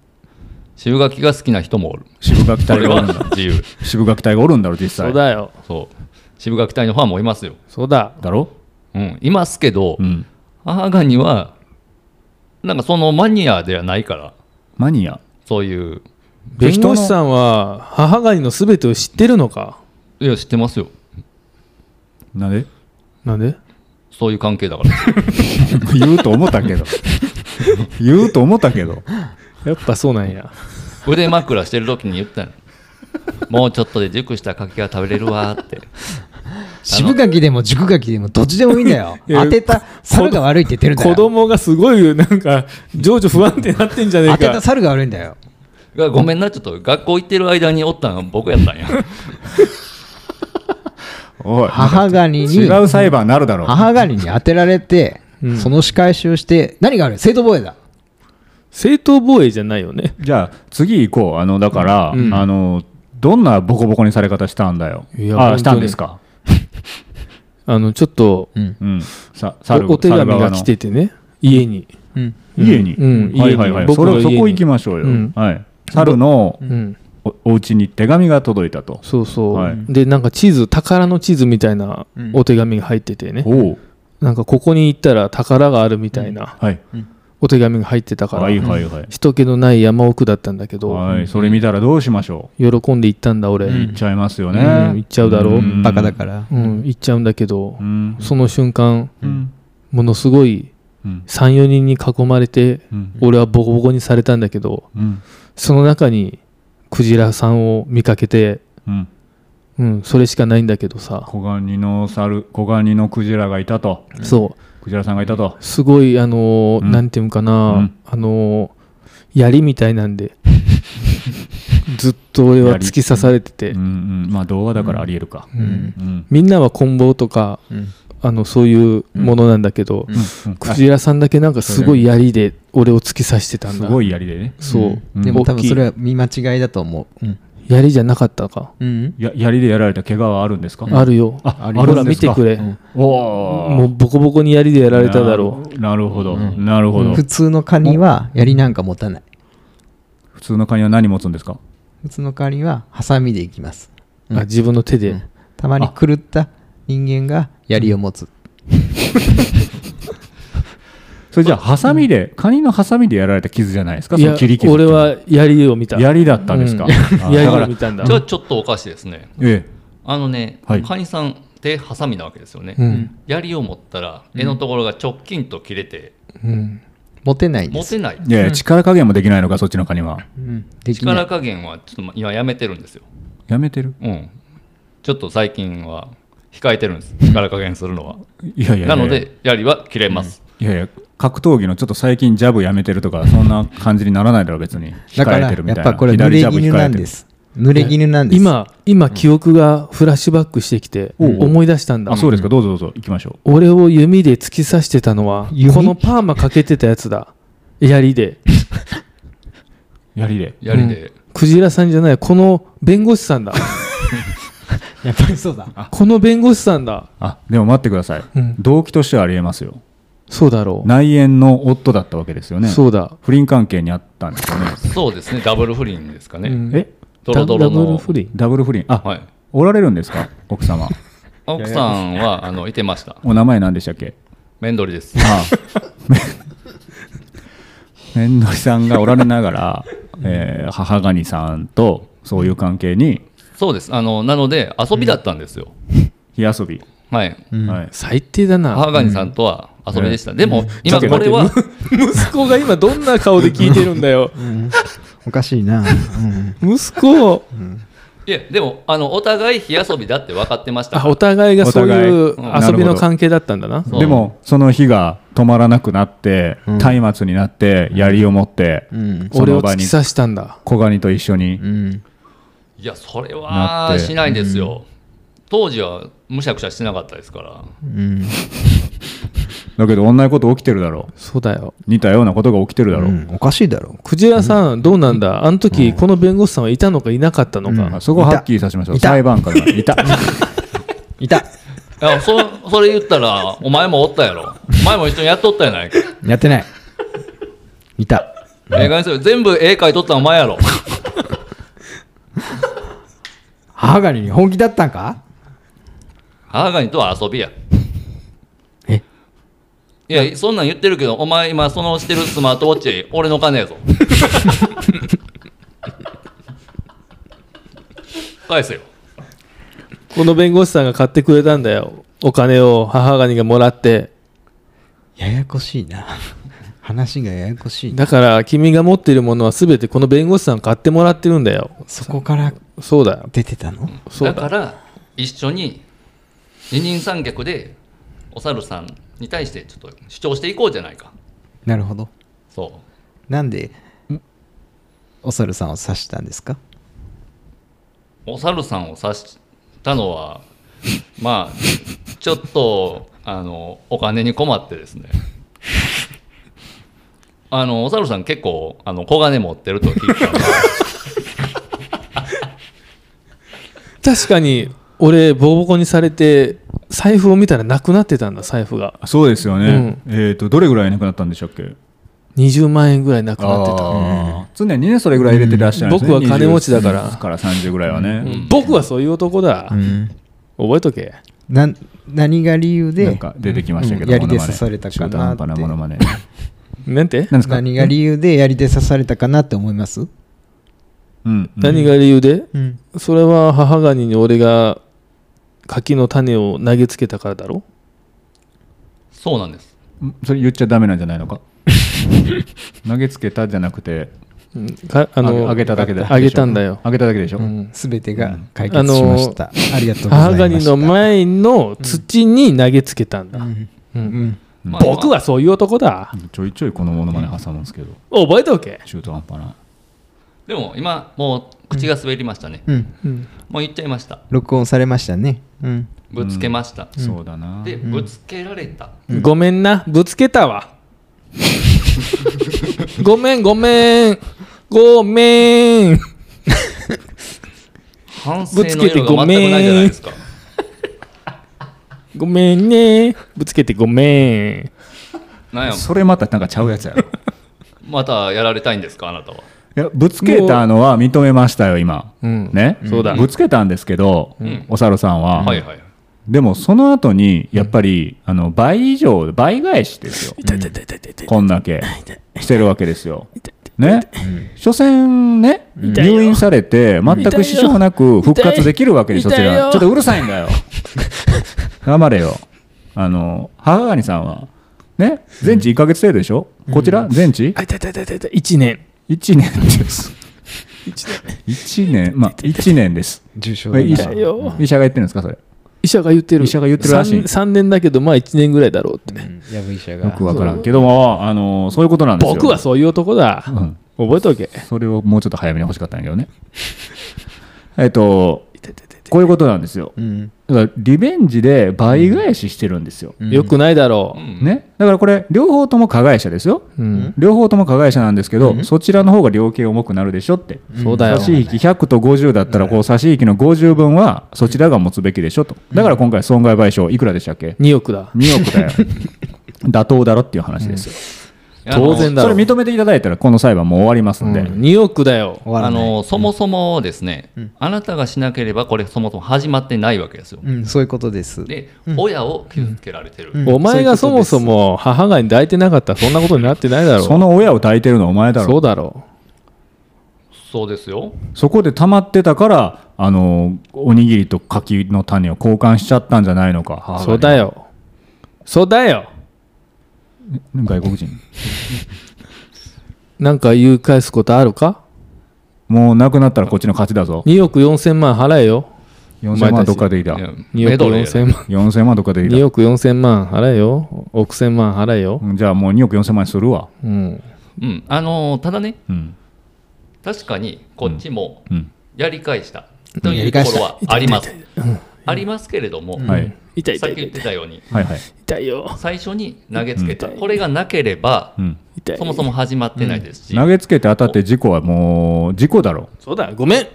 Speaker 4: 渋柿が好きな人もおる
Speaker 3: 渋柿
Speaker 4: そ
Speaker 3: 隊
Speaker 4: れ
Speaker 3: がお
Speaker 4: は
Speaker 3: るんだ
Speaker 4: 自由
Speaker 3: 渋柿隊がおるんだろ実
Speaker 5: うそ
Speaker 3: 際
Speaker 5: う
Speaker 3: だ
Speaker 5: だよ
Speaker 4: そう渋柿隊のファンもいますよ、
Speaker 5: そうだ
Speaker 3: ろ
Speaker 4: うん、いますけど、
Speaker 3: うん
Speaker 4: 母ガニはなんかそのマニアではないから
Speaker 3: マニア
Speaker 4: そういう
Speaker 5: 弁護士さんは母ガニの全てを知ってるのか
Speaker 4: いや知ってますよ
Speaker 3: なんで
Speaker 5: なんで
Speaker 4: そういう関係 だから
Speaker 3: 言うと思ったけど 言うと思ったけど
Speaker 5: やっぱそうなんや
Speaker 4: 腕枕してる時に言ったのもうちょっとで熟した柿が食べれるわーって
Speaker 2: 渋柿でも熟柿でもどっちでもいいんだよ
Speaker 5: いや
Speaker 2: 当てた猿が悪いって言ってるんだ
Speaker 5: 子
Speaker 2: よ
Speaker 5: 供がすごいなんか情緒不安定になってんじゃねえ
Speaker 2: 当
Speaker 5: か
Speaker 2: てた猿が悪いんだよ
Speaker 4: がごめんなちょっと学校行ってる間におったんは僕やったんや
Speaker 3: おい
Speaker 2: 母ガニに
Speaker 3: 違う裁判になるだろ
Speaker 2: 母ガニに当てられて、
Speaker 5: うん
Speaker 2: その仕返しをして何が悪い正当防衛だ
Speaker 5: 正当防衛じゃないよね
Speaker 3: じゃあ次行こうあのだから、
Speaker 5: うん
Speaker 3: あのどんなボコボコにされ方したんだよ
Speaker 5: いや本当
Speaker 3: あ
Speaker 5: に
Speaker 3: したんですか
Speaker 5: あのちょっと
Speaker 2: うん
Speaker 3: うんさ猿
Speaker 5: おお手
Speaker 3: 猿
Speaker 5: 紙
Speaker 3: 側の
Speaker 5: が来ててね家に、
Speaker 2: うん
Speaker 3: 家に、
Speaker 5: うん
Speaker 3: はいはいは
Speaker 5: 家に
Speaker 3: い
Speaker 5: 僕
Speaker 3: そ
Speaker 5: の家
Speaker 3: れ
Speaker 5: に
Speaker 3: そこ行きましょうよ、
Speaker 5: うん
Speaker 3: はい猿の
Speaker 5: うん、
Speaker 3: おお家に手紙が届いたと、
Speaker 5: そうそう、
Speaker 3: はい
Speaker 5: でなんか地図宝の地図みたいな
Speaker 2: うん
Speaker 5: お手紙が入っててね、
Speaker 3: おお
Speaker 5: なんかここに行ったら宝があるみたいな
Speaker 3: はい
Speaker 5: お手紙が入ってたから、
Speaker 3: はいはいはい、
Speaker 5: 人気のない山奥だったんだけど、
Speaker 3: はいそれ見たらどうしましょ
Speaker 5: 喜んで行ったんだ俺、
Speaker 3: う、行っちゃいますよね、
Speaker 5: うん行っちゃうだろう
Speaker 2: バカだから
Speaker 5: うん、行っちゃうんだけど
Speaker 3: う、ん
Speaker 5: その瞬間
Speaker 3: うん
Speaker 5: ものすごい
Speaker 3: うん
Speaker 5: 34人に囲まれて
Speaker 3: うん
Speaker 5: 俺はボコボコにされたんだけど
Speaker 3: うん
Speaker 5: その中にクジラさんを見かけて、
Speaker 3: うん
Speaker 5: うん、それしかないんだけどさ、
Speaker 3: 小ガニの猿小ガニのクジラがいたと
Speaker 5: そ
Speaker 3: クジラさんがいたと
Speaker 5: うすごいあのー
Speaker 3: うん
Speaker 5: なんていうんかな、
Speaker 3: うん
Speaker 5: あのー槍みたいな んでずっと俺は突き刺されてて、
Speaker 3: うんうんまあ童話だからありえるか
Speaker 5: うん
Speaker 3: うん
Speaker 5: みんなは棍棒とか
Speaker 2: うん
Speaker 5: あのそういうものなんだけど、
Speaker 3: うん
Speaker 5: クジラさんだけなんかすごい槍で俺を突き刺してたん
Speaker 3: す
Speaker 5: だ
Speaker 3: ごい槍でね
Speaker 5: そう、
Speaker 3: うん
Speaker 2: でも多分それ
Speaker 5: は
Speaker 2: は見間違いだと思う、うん
Speaker 5: 槍じゃなかったか、
Speaker 2: うん
Speaker 3: や槍でやられた怪我はあるんですか
Speaker 5: あるよ
Speaker 3: あありま
Speaker 5: ほ
Speaker 3: す
Speaker 5: ら見てくれ、
Speaker 2: ん
Speaker 3: おお
Speaker 5: もうボコボコに槍でやられただろ
Speaker 3: うなるほど、なるほど、
Speaker 2: 普通のカニは槍なんか持たない
Speaker 3: 普通のカニは何持つんですか
Speaker 2: 普通のカニはハサミでいきます
Speaker 5: う、あ自分の手で、
Speaker 2: たまに狂った人間が槍を持つ
Speaker 3: それじゃあハサミで、カニのハサミでやられた傷じゃないですか
Speaker 5: い
Speaker 3: そ
Speaker 5: や
Speaker 3: の切り傷って
Speaker 5: 俺
Speaker 3: いうの
Speaker 5: は槍を見た
Speaker 3: 槍だったんですか、
Speaker 5: うん
Speaker 3: あ
Speaker 5: 槍
Speaker 3: だか
Speaker 5: を
Speaker 3: ら
Speaker 5: 見たんだ
Speaker 4: じゃあちょっとおかしいですね
Speaker 3: え
Speaker 4: あのね、
Speaker 3: はい
Speaker 4: カニさん手ハサミなわけですよね、
Speaker 5: うん
Speaker 4: 槍を持ったら柄のところが直近と切れて
Speaker 5: うん
Speaker 2: 持てないんで
Speaker 4: 持
Speaker 2: す
Speaker 4: てない
Speaker 3: えいやいや力加減もできないのかそっちのカニは
Speaker 2: うんできな
Speaker 4: 力
Speaker 2: い
Speaker 4: 加減はちょっと今やめてるんですよ
Speaker 3: やめてる
Speaker 4: うんちょっと最近は控えてるんです力加減するのはい
Speaker 3: やいやいや
Speaker 4: なので槍は切れます、
Speaker 3: いやいや格闘技のちょっと最近ジャブやめてるとかそんな感じにならないだろ別に
Speaker 2: だか
Speaker 3: 控え
Speaker 2: ら
Speaker 3: てるみ
Speaker 2: やった
Speaker 3: いな
Speaker 2: ぱこれ濡れ
Speaker 3: 左ジ
Speaker 2: 衣
Speaker 3: ャブ控
Speaker 2: な
Speaker 3: え
Speaker 2: ん
Speaker 3: てる
Speaker 2: です濡れ衣なんです
Speaker 5: 今今記憶がフラッシュバックしてきて
Speaker 3: おうおう
Speaker 5: 思い出したんだ
Speaker 3: あそうですかどうぞどうぞ行きましょ
Speaker 5: 俺を弓で突き刺してたのは
Speaker 2: 弓
Speaker 5: このパーマかけてたやつだ槍で
Speaker 3: う槍で
Speaker 4: 槍で、
Speaker 5: クジラさんじゃないこの弁護士さんだ
Speaker 2: やっぱりそうだ
Speaker 5: この弁護士さんだ
Speaker 3: あでも待ってください、
Speaker 5: うん
Speaker 3: 動機としてはありえますよ
Speaker 5: そうだろ
Speaker 3: 内縁の夫だったわけですよ
Speaker 5: う、
Speaker 3: ね
Speaker 5: そうだ、
Speaker 3: 不倫関係にあったんですよね
Speaker 4: そうですねダブル不倫ですかね、
Speaker 5: うん
Speaker 3: え
Speaker 4: ドロドロ
Speaker 5: ダブル
Speaker 4: の
Speaker 5: 不倫
Speaker 3: ダブル不倫あ、
Speaker 4: はい
Speaker 3: おられるんですか奥様
Speaker 4: 奥さんはあのいてました
Speaker 3: お名前何でしたっけ
Speaker 4: 面取りです
Speaker 3: ああめ めんどりさんがおられながら、えー母ガニさんとそういう関係に
Speaker 4: そうですあのなので遊びだったんですよ、
Speaker 3: 火遊び、
Speaker 4: はい
Speaker 3: はい、
Speaker 5: 最低だな
Speaker 4: 母ガニさんとは遊びでした、でも今
Speaker 3: だけ
Speaker 4: こ
Speaker 3: ど
Speaker 4: れは
Speaker 5: 息子が今どんな顔で聞いてるんだよ
Speaker 2: おかしいなうん
Speaker 5: 息子
Speaker 4: いやでもあのお互い火遊びだって分かってました
Speaker 5: あ
Speaker 4: から
Speaker 5: お互いがそういう
Speaker 3: お互い
Speaker 5: 遊び
Speaker 3: なるほ
Speaker 5: の
Speaker 3: ど
Speaker 5: 関係だったんだな
Speaker 4: そう
Speaker 3: でもその火が止まらなくなって
Speaker 2: うん
Speaker 3: 松明になって槍を持って、
Speaker 2: うん
Speaker 3: そ
Speaker 5: 俺
Speaker 3: の
Speaker 5: を
Speaker 3: 場
Speaker 5: 突
Speaker 3: に
Speaker 5: き刺したんだ
Speaker 3: 小ガニと一緒に、
Speaker 2: うん
Speaker 4: いやそれ
Speaker 3: なっ
Speaker 4: は
Speaker 3: て
Speaker 4: しないですよ、当時はむしゃくしゃしてなかったですから
Speaker 2: うん
Speaker 3: だけど同じこと起きてるだろう
Speaker 5: そうだよ
Speaker 3: 似たようなことが起きてるだろう、
Speaker 2: うんおかしいだろ
Speaker 5: クジラさんどうなんだあの時この弁護士さんはいたのかいなかったの
Speaker 2: う
Speaker 5: か
Speaker 3: あそこははっきりさせましょう裁判官がいた
Speaker 2: いた
Speaker 4: いやそそれ言ったらお前もおったやろお前も一緒にやっとったやないか
Speaker 2: やってないいた
Speaker 4: ええかにせよ全部絵描いとったのお前やろ
Speaker 2: 母ガニに本気だったんか
Speaker 4: 母ガニとは遊びや
Speaker 2: え
Speaker 4: いやそんなん言ってるけどお前今そのしてるスマートウォッチ俺の金やぞ返せよ
Speaker 5: この弁護士さんが買ってくれたんだよお金を母ガニがもらって
Speaker 2: ややこしいな話がややこしいな
Speaker 5: だから君が持っているものは全てこの弁護士さん買ってもらってるんだよ
Speaker 2: そこから
Speaker 5: そうだよ
Speaker 2: 出てたの
Speaker 5: そう
Speaker 4: だ
Speaker 5: だ
Speaker 4: から一緒に二人三脚でお猿さんに対してちょっと主張していこうじゃないか
Speaker 2: なるほど
Speaker 4: そ
Speaker 2: なんでお猿さんを刺したんですか
Speaker 4: うお猿さんを刺したのはまあちょっとあのお金に困ってですねあのお猿さん結構あの小金持ってると聞いたので
Speaker 5: 確かに俺ボコボコにされて財布を見たらなくなってたんだ財布が
Speaker 3: そうですよね、えっ、とどれぐらいなくなったんでしたっけ
Speaker 5: 20万円ぐらいなくなってた
Speaker 3: あー常にねそれぐらい入れてらっしゃるんですね、
Speaker 5: 僕は金持ちだから
Speaker 3: 20から30ぐらいはね、
Speaker 5: 僕はそういう男だ、
Speaker 2: うん
Speaker 5: 覚えとけ
Speaker 2: なん何が理由
Speaker 3: なん
Speaker 2: で
Speaker 3: か出てきましたけど、
Speaker 2: うん槍で
Speaker 3: モノマネ
Speaker 2: 刺されたかなって
Speaker 3: 中途半端なものまね
Speaker 5: なんて、
Speaker 3: 何ですか
Speaker 2: 何が理由で槍で刺されたかなって思います
Speaker 3: うんうん
Speaker 5: 何が理由で
Speaker 2: うん
Speaker 5: それは母ガニに俺が柿の種を投げつけたからだろ
Speaker 4: そうなんです
Speaker 3: それ言っちゃダメなんじゃないのか 投げつけたじゃなくて
Speaker 5: うんかあ
Speaker 3: あ
Speaker 5: の
Speaker 3: あげただけで
Speaker 5: あげたんだよ、
Speaker 3: あげただけでしょ、
Speaker 5: うん、
Speaker 2: すべてが解決しました、ありがとうございました
Speaker 5: 母ガニの前の土に投げつけたんだ、
Speaker 2: うん
Speaker 4: まあ
Speaker 5: 僕はそういう男だ
Speaker 3: ちょいちょいこのものまね挟むんですけど
Speaker 5: 覚えておけ
Speaker 3: 中途半端な
Speaker 4: でも今もう口が滑りましたね、
Speaker 2: うん
Speaker 4: もう言っちゃいました
Speaker 2: 録音されましたねうん
Speaker 4: ぶつけました、
Speaker 3: そうだな
Speaker 4: でぶつけられた、
Speaker 5: ごめんなぶつけた わごめんごめんごめん
Speaker 4: 反省の色が全くないじゃないですか。
Speaker 5: ごめんね。ぶつけてごめん。
Speaker 4: なんや、
Speaker 3: それまたなんかちゃうやつ やろい
Speaker 4: またやられたいんですか、あなたは。
Speaker 3: やぶつけたのは認めましたよ今、
Speaker 5: うん
Speaker 3: ね
Speaker 5: そうだ
Speaker 3: ぶつけたんですけど、
Speaker 4: ん
Speaker 3: お猿さんは、
Speaker 4: はいはい。
Speaker 3: でもその後にやっぱり、あの倍以上倍返しですよ
Speaker 5: 痛い痛い痛い痛い痛い
Speaker 3: こんだけしてるわけですよ。ね、所詮ね、
Speaker 5: 痛いよ
Speaker 3: 入院されて、全く支障なく復活できるわけでしょ、そ
Speaker 5: 痛い
Speaker 3: ち
Speaker 5: 痛いよ
Speaker 3: ら。ちょっとうるさいんだよ。頑張れよ。あの、母ガニさんは、ね、全治1ヶ月程度でしょ、こちら、全治
Speaker 5: あ痛い痛い痛い痛い痛い1年。
Speaker 3: 1年です。1年、まあ、1年です。
Speaker 2: 重症
Speaker 3: これ医者
Speaker 5: 痛いよ
Speaker 3: 医者が言ってるんですか、それ。
Speaker 5: 医者が言ってる。
Speaker 3: 医者が言ってるらしい
Speaker 5: 3。3年だけど、まあ1年ぐらいだろうってね。
Speaker 2: やぶ医者が
Speaker 3: よくわからんけども、あの、そういうことなんですよ。
Speaker 5: 僕はそういう男だ。
Speaker 3: うん
Speaker 5: 覚えておけ。
Speaker 3: それをもうちょっと早めに欲しかったんやけどね。 えっと、
Speaker 5: 痛い痛い痛い
Speaker 3: こういうことなんですよ。
Speaker 2: うん
Speaker 3: だからリベンジで倍返ししてるんですよ。
Speaker 2: うん
Speaker 5: よくないだろ
Speaker 4: うん
Speaker 3: ね、だからこれ両方とも加害者ですよ。
Speaker 5: う。うん。
Speaker 3: 両方とも加害者なんですけど、そちらの方が量刑重くなるでしょって。
Speaker 5: そうだよ
Speaker 3: 差し引き100と50だったらこう差し引きの50分はそちらが持つべきでしょと。だから今回損害賠償いくらでしたっけ？
Speaker 5: 2億だ。
Speaker 3: 2億だよ。 妥当だろっていう話ですよ。
Speaker 5: 当然だ
Speaker 3: そ
Speaker 5: ろ
Speaker 3: れ認めていただいたらこの裁判もう終わりますんで。
Speaker 5: 2億だよ。
Speaker 2: 終わ
Speaker 4: あの
Speaker 2: ら
Speaker 4: あ
Speaker 2: ない
Speaker 4: のそもそもですね、あなたがしなければこれそもそも始まってないわけですよ。
Speaker 2: うんそういうことです
Speaker 4: で、親を傷つけられてる。
Speaker 2: うん
Speaker 5: お前がそもそも母がに抱いてなかったらそんなことになってないだろう。
Speaker 3: その親を抱いてるのはお前だろ。
Speaker 5: そうだろ
Speaker 4: そうですよ。
Speaker 3: そこで溜まってたから、あの、おにぎりと柿の種を交換しちゃったんじゃないのか。母
Speaker 5: う。
Speaker 3: が
Speaker 5: そうだよ。そうだよ。
Speaker 3: 外国人。
Speaker 5: なんか言い返すことあるか
Speaker 3: もうなくなったらこっちの勝ちだぞ。
Speaker 5: ?2 億4千万払えよ。
Speaker 3: 4000万どっかでいいだ
Speaker 4: い。や
Speaker 5: 2
Speaker 4: メ
Speaker 5: 億
Speaker 4: ドレ
Speaker 5: 4
Speaker 4: ーや
Speaker 5: 千万。
Speaker 3: 4000万どっかでいいだ
Speaker 5: 2。億4千万払えよ。億千万払えよ。
Speaker 3: うんじゃあもう2億4000万にするわ。
Speaker 5: うん。
Speaker 4: うん、あのただね、
Speaker 3: うん。
Speaker 4: 確かにこっちも
Speaker 3: うん。
Speaker 4: やり返したと
Speaker 2: や
Speaker 4: いう
Speaker 2: り
Speaker 4: と
Speaker 2: 返
Speaker 4: こ
Speaker 2: した
Speaker 4: ろはあります。ありますけれども、
Speaker 3: は
Speaker 4: さ
Speaker 3: い。
Speaker 5: 痛い痛
Speaker 4: っ
Speaker 5: い
Speaker 4: き言ってたように、
Speaker 3: はいはい。
Speaker 5: 痛いよ。
Speaker 4: 最初に投げつけた、
Speaker 5: うん
Speaker 4: これがなければ
Speaker 3: う、ん。
Speaker 5: 痛い。
Speaker 4: そもそも始まってないですし、
Speaker 3: 投げつけて当たって事故はもう、事故だろ。
Speaker 5: そうだ、ごめん。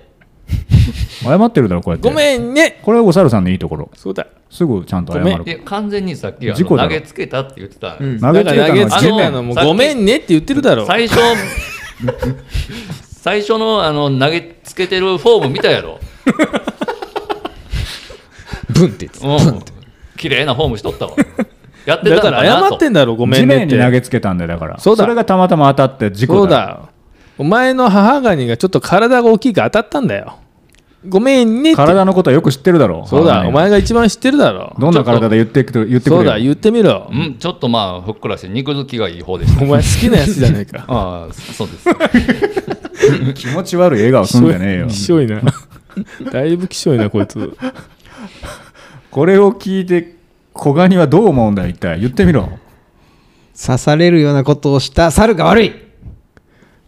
Speaker 3: 謝ってるだろ、こうやって。
Speaker 5: ごめんね。
Speaker 3: これはお猿さんのいいところ。
Speaker 5: そうだ。
Speaker 3: すぐちゃんと謝
Speaker 5: ごめん
Speaker 3: る。
Speaker 4: で完全にさっきあ
Speaker 3: 事故
Speaker 4: の
Speaker 3: だ
Speaker 4: 投
Speaker 3: ろ
Speaker 4: げつけたって言ってた、
Speaker 2: うん
Speaker 3: 投げつけた
Speaker 5: だ
Speaker 3: の
Speaker 5: から投げ
Speaker 3: は
Speaker 5: つ
Speaker 3: 地
Speaker 5: け
Speaker 3: 面
Speaker 5: たのも
Speaker 4: さっき
Speaker 5: ごめんねって言ってるだろ。
Speaker 4: 最初最初のあの投げつけてるフォーム見たやろ、
Speaker 2: ブンって言ってた
Speaker 4: うん、綺麗なフォームしとったわやって
Speaker 5: だ
Speaker 4: た
Speaker 5: か
Speaker 4: の
Speaker 5: ら
Speaker 4: か
Speaker 5: 謝
Speaker 4: なと
Speaker 5: ってんだろ、ごめ
Speaker 3: 地
Speaker 5: んね
Speaker 3: 面に
Speaker 5: って。
Speaker 3: 投げつけたんだよ、だから。
Speaker 5: そうだ
Speaker 3: れがたまたま当たって事
Speaker 5: そ
Speaker 3: 故
Speaker 5: う
Speaker 3: だろ。
Speaker 5: だ。お前の母ガニがちょっと体が大きいから当たったんだよ。ごめんねって。
Speaker 3: 体のことはよく知ってるだろ。
Speaker 5: そうだ、
Speaker 3: ね
Speaker 5: お前が一番知ってるだろ。
Speaker 3: どんな体で言ってくる言ってく
Speaker 5: そう
Speaker 3: れ
Speaker 5: だ、
Speaker 3: よ。
Speaker 5: 言ってみろ。
Speaker 4: うん、ちょっとまあふっくらして肉付きがいい方でした
Speaker 5: お前好きなやつじゃな いか。
Speaker 4: ああそうです
Speaker 3: 気持ち悪い笑顔すんじゃねえよ
Speaker 5: き。しょい な。だいぶきしょいな、こいつ。
Speaker 3: これを聞いて、小ガニはどう思うんだよ、一体。言ってみろ。
Speaker 2: 刺されるようなことをした猿が悪い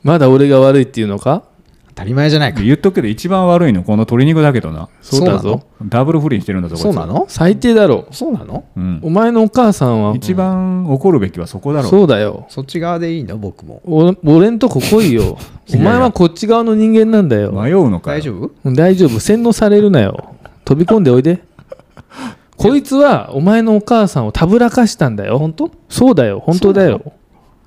Speaker 5: まだ俺が悪いっていうのか
Speaker 2: 当たり前じゃないか
Speaker 3: 言っとくけど、一番悪いの、この鶏肉だけどな。
Speaker 5: そうだぞ。
Speaker 3: ダブル不倫してるんだぞ、こいつ
Speaker 2: そうなの
Speaker 5: 最低だろ。
Speaker 2: そうなの
Speaker 3: うん
Speaker 5: お前のお母さんは、
Speaker 3: 一番怒るべきはそこだろ
Speaker 5: そうだよ。
Speaker 2: そっち側でいいの僕も
Speaker 5: お俺んとこ来い よ。お前はこっち側の人間なんだよ。
Speaker 3: 迷うのかよ
Speaker 2: 大丈夫
Speaker 5: 大丈夫洗脳されるなよ飛び込んでおいでこいつはお前のお母さんをたぶらかしたんだよ本当そうだよ本当だよ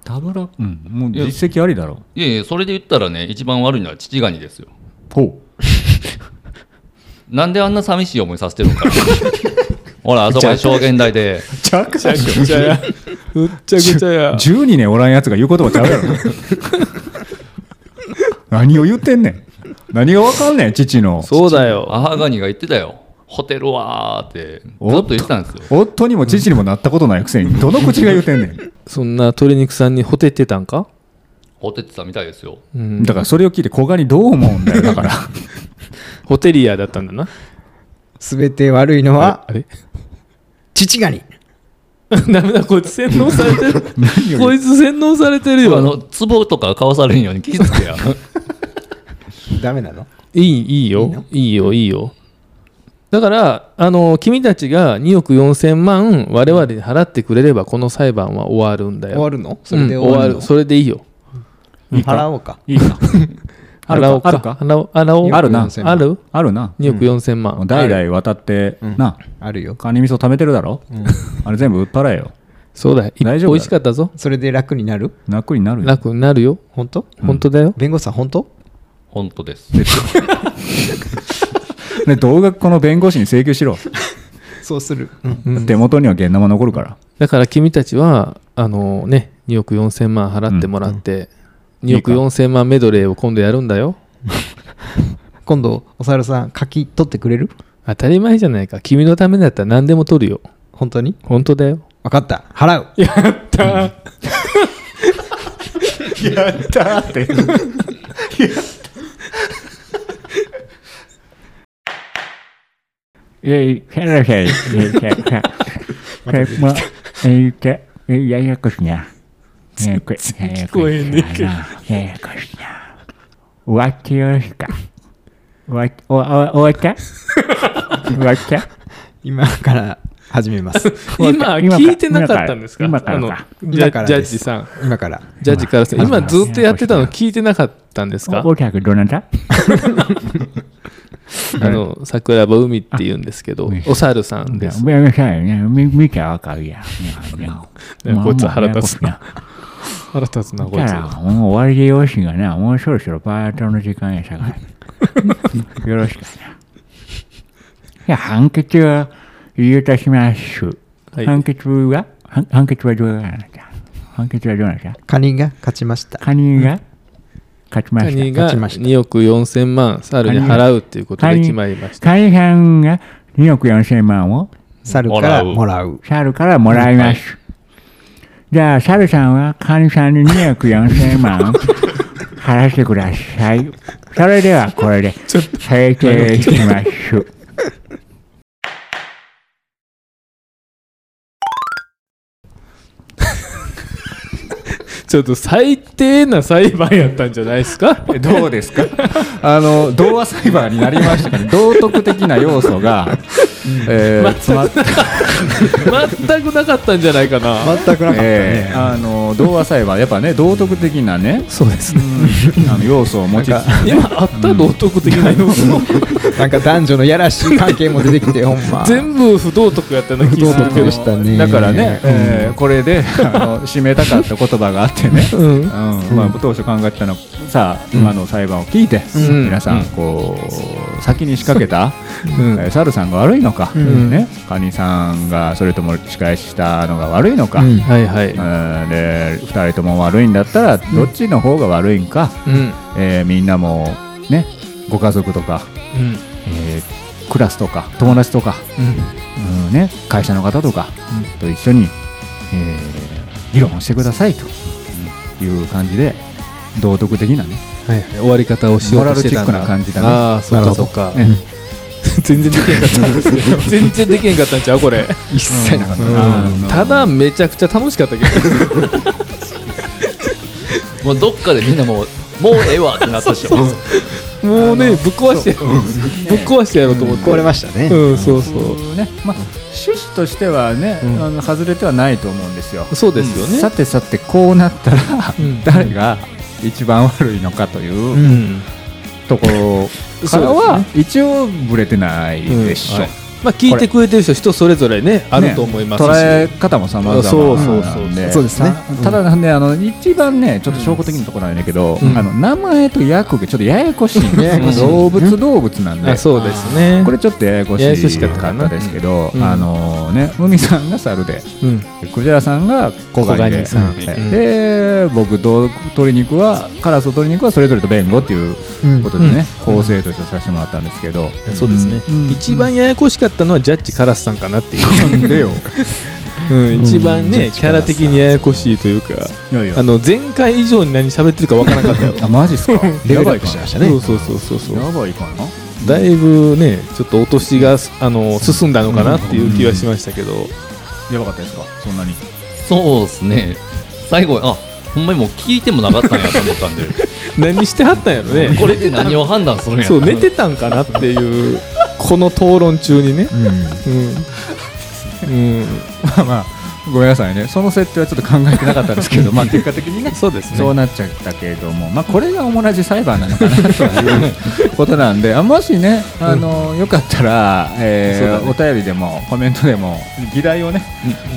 Speaker 3: ダブルうんもう実績ありだろ
Speaker 4: いやいやそれで言ったらね一番悪いのは父ガニですよ
Speaker 3: ほ
Speaker 4: なんであんな寂しい思いさせてるのかほらあそこで証言台で
Speaker 3: う弱者
Speaker 5: ぐっちゃぐちゃや
Speaker 3: 12年おらんやつが言う言葉ちゃうやろ何を言ってんねん何がわかんねん父の
Speaker 5: そうだよ
Speaker 4: 母ガニが言ってたよホテルわーってずっと言ってたんですよ
Speaker 3: 夫にも父にもなったことないくせにどの口が言うてんねん
Speaker 5: そんな鶏肉さんにほてってたんか
Speaker 4: ホテってたみたいですよ
Speaker 5: うん
Speaker 3: だからそれを聞いて小ガニどう思うんだよだから
Speaker 5: ホテリアだったんだな
Speaker 2: 全て悪いのは
Speaker 5: あれ
Speaker 2: 父がに
Speaker 5: ダメだこいつ洗脳されて る
Speaker 3: 何
Speaker 5: こ
Speaker 3: を
Speaker 5: いつ洗脳されてるよ
Speaker 4: あの壺とか買わされんように気付けや
Speaker 2: ダメなの
Speaker 5: いいいいよいいよいいよだからあの君たちが2億4000万我々に払ってくれればこの裁判は終わるんだよ
Speaker 2: 終わるのそれで
Speaker 5: うん
Speaker 2: 終わるの
Speaker 5: それでいいよ
Speaker 3: いいか
Speaker 2: 払おうか
Speaker 3: いいかある
Speaker 5: 洗おう
Speaker 3: かあるか
Speaker 5: 洗おう洗おう
Speaker 3: あるな
Speaker 5: ある
Speaker 3: あるな
Speaker 5: ?2 億4千万。
Speaker 3: 代々渡って
Speaker 2: うん
Speaker 3: な
Speaker 2: あるよ
Speaker 3: カニ味噌貯めてるだろあれ全部売っ払えよ
Speaker 5: そうだよ。
Speaker 3: 大丈夫だよ
Speaker 5: 美味しかったぞ。
Speaker 2: それで楽になる
Speaker 3: 楽になるよ
Speaker 5: 楽になるよ。
Speaker 2: 本当
Speaker 5: 本当だよ。
Speaker 2: 弁護士さん本当
Speaker 4: 本当です。
Speaker 3: で同額この弁護士に請求しろ
Speaker 2: そうする
Speaker 3: 手元には現生残るから
Speaker 5: だから君たちは、あのね、2億4千万払ってもらって、2億4千万メドレーを今度やるんだよ。
Speaker 2: 今度お猿さん書き取ってくれる
Speaker 5: 当たり前じゃないか。君のためだったら何でも取るよ。
Speaker 2: 本当に
Speaker 5: 本当だよ。
Speaker 2: 分かった払う
Speaker 5: やったー。
Speaker 1: えい、サラサイ、えー、さ、さ、これも、えー、さ、えー、ややこしいな。えー、これ、聞
Speaker 5: こえねえけど
Speaker 1: ややこしいな。終わってよろしか。終わっ、お、お、終わった終わった
Speaker 2: 今から始めます
Speaker 5: 今
Speaker 1: 今
Speaker 5: 聞いてなかったんですか
Speaker 1: 今から
Speaker 5: あの
Speaker 1: 今からか
Speaker 5: ジャジャッ
Speaker 2: 今からです
Speaker 5: ジさん
Speaker 2: 今から
Speaker 5: ジャッジからす
Speaker 1: 今
Speaker 5: 今ずっとやってたの聞いてなかったんですか
Speaker 1: お、おたくどなた
Speaker 5: あの桜庭海って言うんですけど
Speaker 1: ね
Speaker 5: お猿さんです
Speaker 1: ごめんなさいね。み見たらわかるやん。いやいや
Speaker 5: ねこいつ腹立つ
Speaker 1: まあ
Speaker 5: な腹立つなこい
Speaker 1: だ
Speaker 5: つ
Speaker 1: から、もう終わりでよろしいがな、もうそろそろパートの時間やさか い。よろしくな。じゃあ、判決を言いたします。
Speaker 5: はい
Speaker 1: 判決は判判決はどうなった判決はどうなった
Speaker 2: カニが勝ちました
Speaker 1: カニが勝ちま
Speaker 5: カ
Speaker 1: した。
Speaker 5: ニが
Speaker 2: 勝ちました
Speaker 5: 2億4千万猿に払うっていうことで決まりました
Speaker 1: カニさんが2億4千万を
Speaker 2: 猿からも
Speaker 4: も
Speaker 2: らう
Speaker 1: 猿からもらいます。じゃあ、猿さんはカニさんに2億4千 万払ってください。それではこれで制定します。
Speaker 5: ちょっと最低な裁判やったんじゃないですか
Speaker 3: どうですかあの童話裁判になりましたけど 道徳的な要素が、えー詰まって
Speaker 5: 全くなかったんじゃないかな
Speaker 2: 全くなかった
Speaker 3: え
Speaker 2: ね
Speaker 3: ーあの童話裁判やっぱね道徳的なね
Speaker 5: そうですね
Speaker 3: あの要素を持ちつつ
Speaker 5: 今あった道徳的な要素
Speaker 2: なんか男女のやらしい関係も出て きてほんま
Speaker 5: 全部不道徳やったな気がするけ
Speaker 2: で
Speaker 5: ど
Speaker 2: したね
Speaker 3: だからね、えーこれであの締めたかった言葉があってね、うんまあ、当初考えてたのさあ今の裁判を聞いて、
Speaker 5: ん
Speaker 3: 皆さんこう先に仕掛けた、えー、猿さんが悪いのか、ね、カニさんがそれとも仕返ししたのが悪いのか、
Speaker 2: うん
Speaker 5: はいはい
Speaker 3: うんで2人とも悪いんだったらどっちの方が悪いんか、
Speaker 5: うん
Speaker 3: えーみんなもねご家族とか、
Speaker 5: うん
Speaker 3: えークラスとか友達とか、うんね、会社の方とかと一緒に、えー議論をしてくださいという感じで道徳的なね
Speaker 5: はいはい終わり方をしようとしてたん
Speaker 3: モラルチック
Speaker 5: だ
Speaker 3: な感じだね
Speaker 5: ああそっかそっか
Speaker 3: ね
Speaker 5: 全然できへんかったんですけど全然できへんかったんちゃうこれ
Speaker 2: 一切なかった
Speaker 3: あの
Speaker 5: ただめちゃくちゃ楽しかったけど
Speaker 4: もうどっかでみんなもう、もうええわってなったでしょ。
Speaker 5: もうねぶっ壊してやろうぶっ壊してやろうと思って
Speaker 2: 壊れましたね
Speaker 5: うんそうそ
Speaker 3: ねまあ、趣旨としてはね、あの外れてはないと思うんですよ。
Speaker 5: うそうですよね
Speaker 3: さてさてこうなったら、
Speaker 5: ん
Speaker 3: 誰が一番悪いのかという、
Speaker 5: うん
Speaker 3: ところからは、一応ぶれてないでしょ、
Speaker 5: うんはいまあ聞いてくれてる人人それぞれねあると思いますし
Speaker 3: 捉え方も様々
Speaker 5: そうそう
Speaker 3: な
Speaker 5: そ
Speaker 3: ん
Speaker 5: う
Speaker 3: で
Speaker 2: そうですね
Speaker 3: なただなんであの一番ねちょっと証拠的なところなんだけど、
Speaker 5: うん
Speaker 3: あの名前と役がちょっとややこしいん
Speaker 2: や
Speaker 3: で
Speaker 2: やこ しい
Speaker 3: 動物動物なんで
Speaker 5: あそうですね
Speaker 3: これちょっとややこし
Speaker 5: ややこし
Speaker 3: い
Speaker 5: かった
Speaker 3: か
Speaker 5: か
Speaker 3: っ
Speaker 5: な
Speaker 3: たですけど、
Speaker 5: うん
Speaker 3: あのね海さんが猿で
Speaker 5: うん
Speaker 3: クジラさんが小
Speaker 5: 小
Speaker 3: ガニ
Speaker 5: ガ
Speaker 3: で
Speaker 5: ニさん
Speaker 3: はい
Speaker 5: うん
Speaker 3: で僕と鶏肉はカラスと鶏肉はそれぞれと弁護っていうことでね、構成としてさせてもらったんですけど、
Speaker 5: そうですね一番ややこしかったのはジャッジカラスさんかなっていう
Speaker 3: なんでよ
Speaker 5: うん一番ねキャラ的にややこしいと いうか
Speaker 3: いやいや
Speaker 5: あの前回以上に何喋ってるかわからなかったよ
Speaker 3: あマジっ すか
Speaker 2: レ
Speaker 3: や
Speaker 2: ベルア
Speaker 3: ば
Speaker 2: ッ
Speaker 3: い
Speaker 2: プ
Speaker 3: か
Speaker 2: しま
Speaker 3: な
Speaker 2: したね
Speaker 5: そうそうそうそう
Speaker 3: やばいかな
Speaker 5: だいぶねちょっと落としがあの進んだのかなっていう気はしましたけど、
Speaker 3: やばかったですかそんなに
Speaker 4: そうですね。最後、あ、ほんまにもう聞いてもなかったんやと思ったんで、
Speaker 5: 何してはったんやろね
Speaker 4: これで何を判断するんやろ
Speaker 5: そう寝てたんかなっていうこの討論中にねうん、うん
Speaker 3: まあまあごめんなさいねその設定はちょっと考えてなかったんですけ どまあ結果的にね
Speaker 5: そうですね
Speaker 3: そうなっちゃったけれども、まあ、これが同じ裁判なのかなということなん であもしねあの、よかったら、えーお便りでもコメントでも議題をね、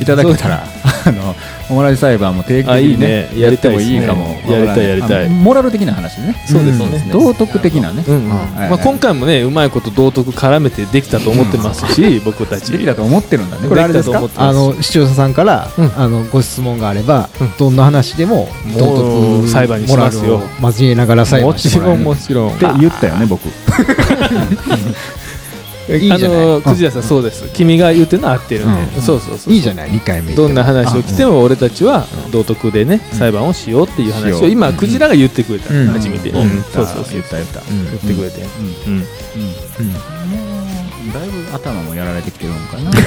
Speaker 3: いただけたらあの同じ裁判も定期的
Speaker 5: あい
Speaker 3: に
Speaker 5: い
Speaker 3: ね
Speaker 5: ねやりたい
Speaker 3: やって
Speaker 5: ですね
Speaker 3: もいいかも
Speaker 5: やりたいやりたい
Speaker 3: あのモラル的な話ね
Speaker 5: そうです
Speaker 4: そうです
Speaker 5: ね
Speaker 4: ね
Speaker 3: 道徳的なね
Speaker 5: うんうん
Speaker 3: はい
Speaker 5: まあ、今回もねうまいこと道徳絡めてできたと思ってますし、僕たち
Speaker 3: できたと思ってるんだねこ
Speaker 5: で
Speaker 3: れあ
Speaker 5: き
Speaker 3: れ
Speaker 5: た
Speaker 3: です
Speaker 5: と思
Speaker 3: か
Speaker 5: って
Speaker 2: あ
Speaker 5: ます
Speaker 2: の視聴者さんから、
Speaker 5: うん
Speaker 2: あのご質問があれば、どんな話でも道
Speaker 5: うん
Speaker 2: 徳
Speaker 5: 裁判にしますよ
Speaker 2: モラルを交えながら裁
Speaker 5: も
Speaker 2: 判し
Speaker 5: ち
Speaker 2: てもら
Speaker 5: ろ
Speaker 2: え
Speaker 5: ん
Speaker 2: る
Speaker 5: もちろん
Speaker 3: って言ったよね僕
Speaker 2: いいじゃない
Speaker 5: あのくじやさんそうです君が言ってるのは合ってるね、
Speaker 3: うん
Speaker 5: そうそうそう
Speaker 2: いいじゃない2回目
Speaker 5: どんな話を来ても俺たちは道徳でね裁判をしようっていう話
Speaker 3: し
Speaker 5: を
Speaker 3: よう
Speaker 5: 今クジラが言ってくれた
Speaker 2: うん
Speaker 5: 初めて
Speaker 3: うん
Speaker 5: そうそうそう
Speaker 3: 言った言った
Speaker 2: うん
Speaker 5: 言ってくれてうん
Speaker 3: うんうんだいぶ頭もやられてきてるのかな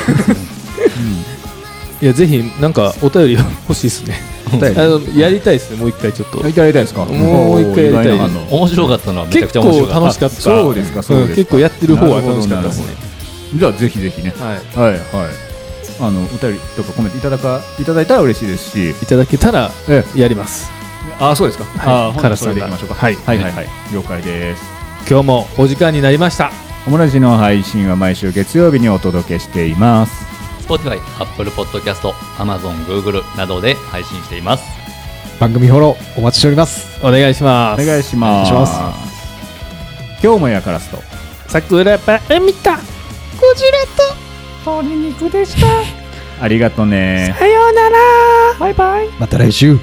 Speaker 5: いやぜひなんかお便り欲しいですね
Speaker 3: お便り
Speaker 5: あのやりたいですねもう一回ちょっと
Speaker 3: やりたいですか
Speaker 5: もう一回やりたい
Speaker 3: おー意外な反応
Speaker 4: 面白かったのはめちゃく
Speaker 5: 結
Speaker 4: ちゃ面
Speaker 5: 構
Speaker 4: 白かった
Speaker 5: 楽しかった
Speaker 3: そうですかそうですか
Speaker 5: ん結構やってる方は楽しかったです
Speaker 3: なる
Speaker 5: ね
Speaker 3: じゃあぜひぜひね
Speaker 5: はい
Speaker 3: はいはいあのお便りとかコメントいただかいただいたら嬉しいですし
Speaker 5: いただけたら
Speaker 3: え
Speaker 5: やります
Speaker 3: あそうですかあ
Speaker 5: い
Speaker 3: ー
Speaker 5: カ
Speaker 3: 本
Speaker 5: ラ
Speaker 3: 日
Speaker 5: ス
Speaker 3: そ
Speaker 5: の
Speaker 3: れ
Speaker 5: で
Speaker 3: で
Speaker 5: い
Speaker 3: いきま
Speaker 5: きまし
Speaker 3: しょ
Speaker 5: ょう
Speaker 3: う
Speaker 5: か
Speaker 3: か
Speaker 5: はい
Speaker 3: はいはい了解です
Speaker 5: 今日もお時間になりました
Speaker 3: オムラジの配信は毎週月曜日にお届けしています。
Speaker 4: Spotify、Apple Podcast、Amazon、Google などで配信しています。
Speaker 2: 番組フォローお待ちしております
Speaker 5: お願いしま
Speaker 3: お
Speaker 5: す
Speaker 3: 願いします。
Speaker 2: お願いし
Speaker 3: 今日もやからすと。
Speaker 5: 桜パラミタ
Speaker 3: ありがとうね。
Speaker 2: また来週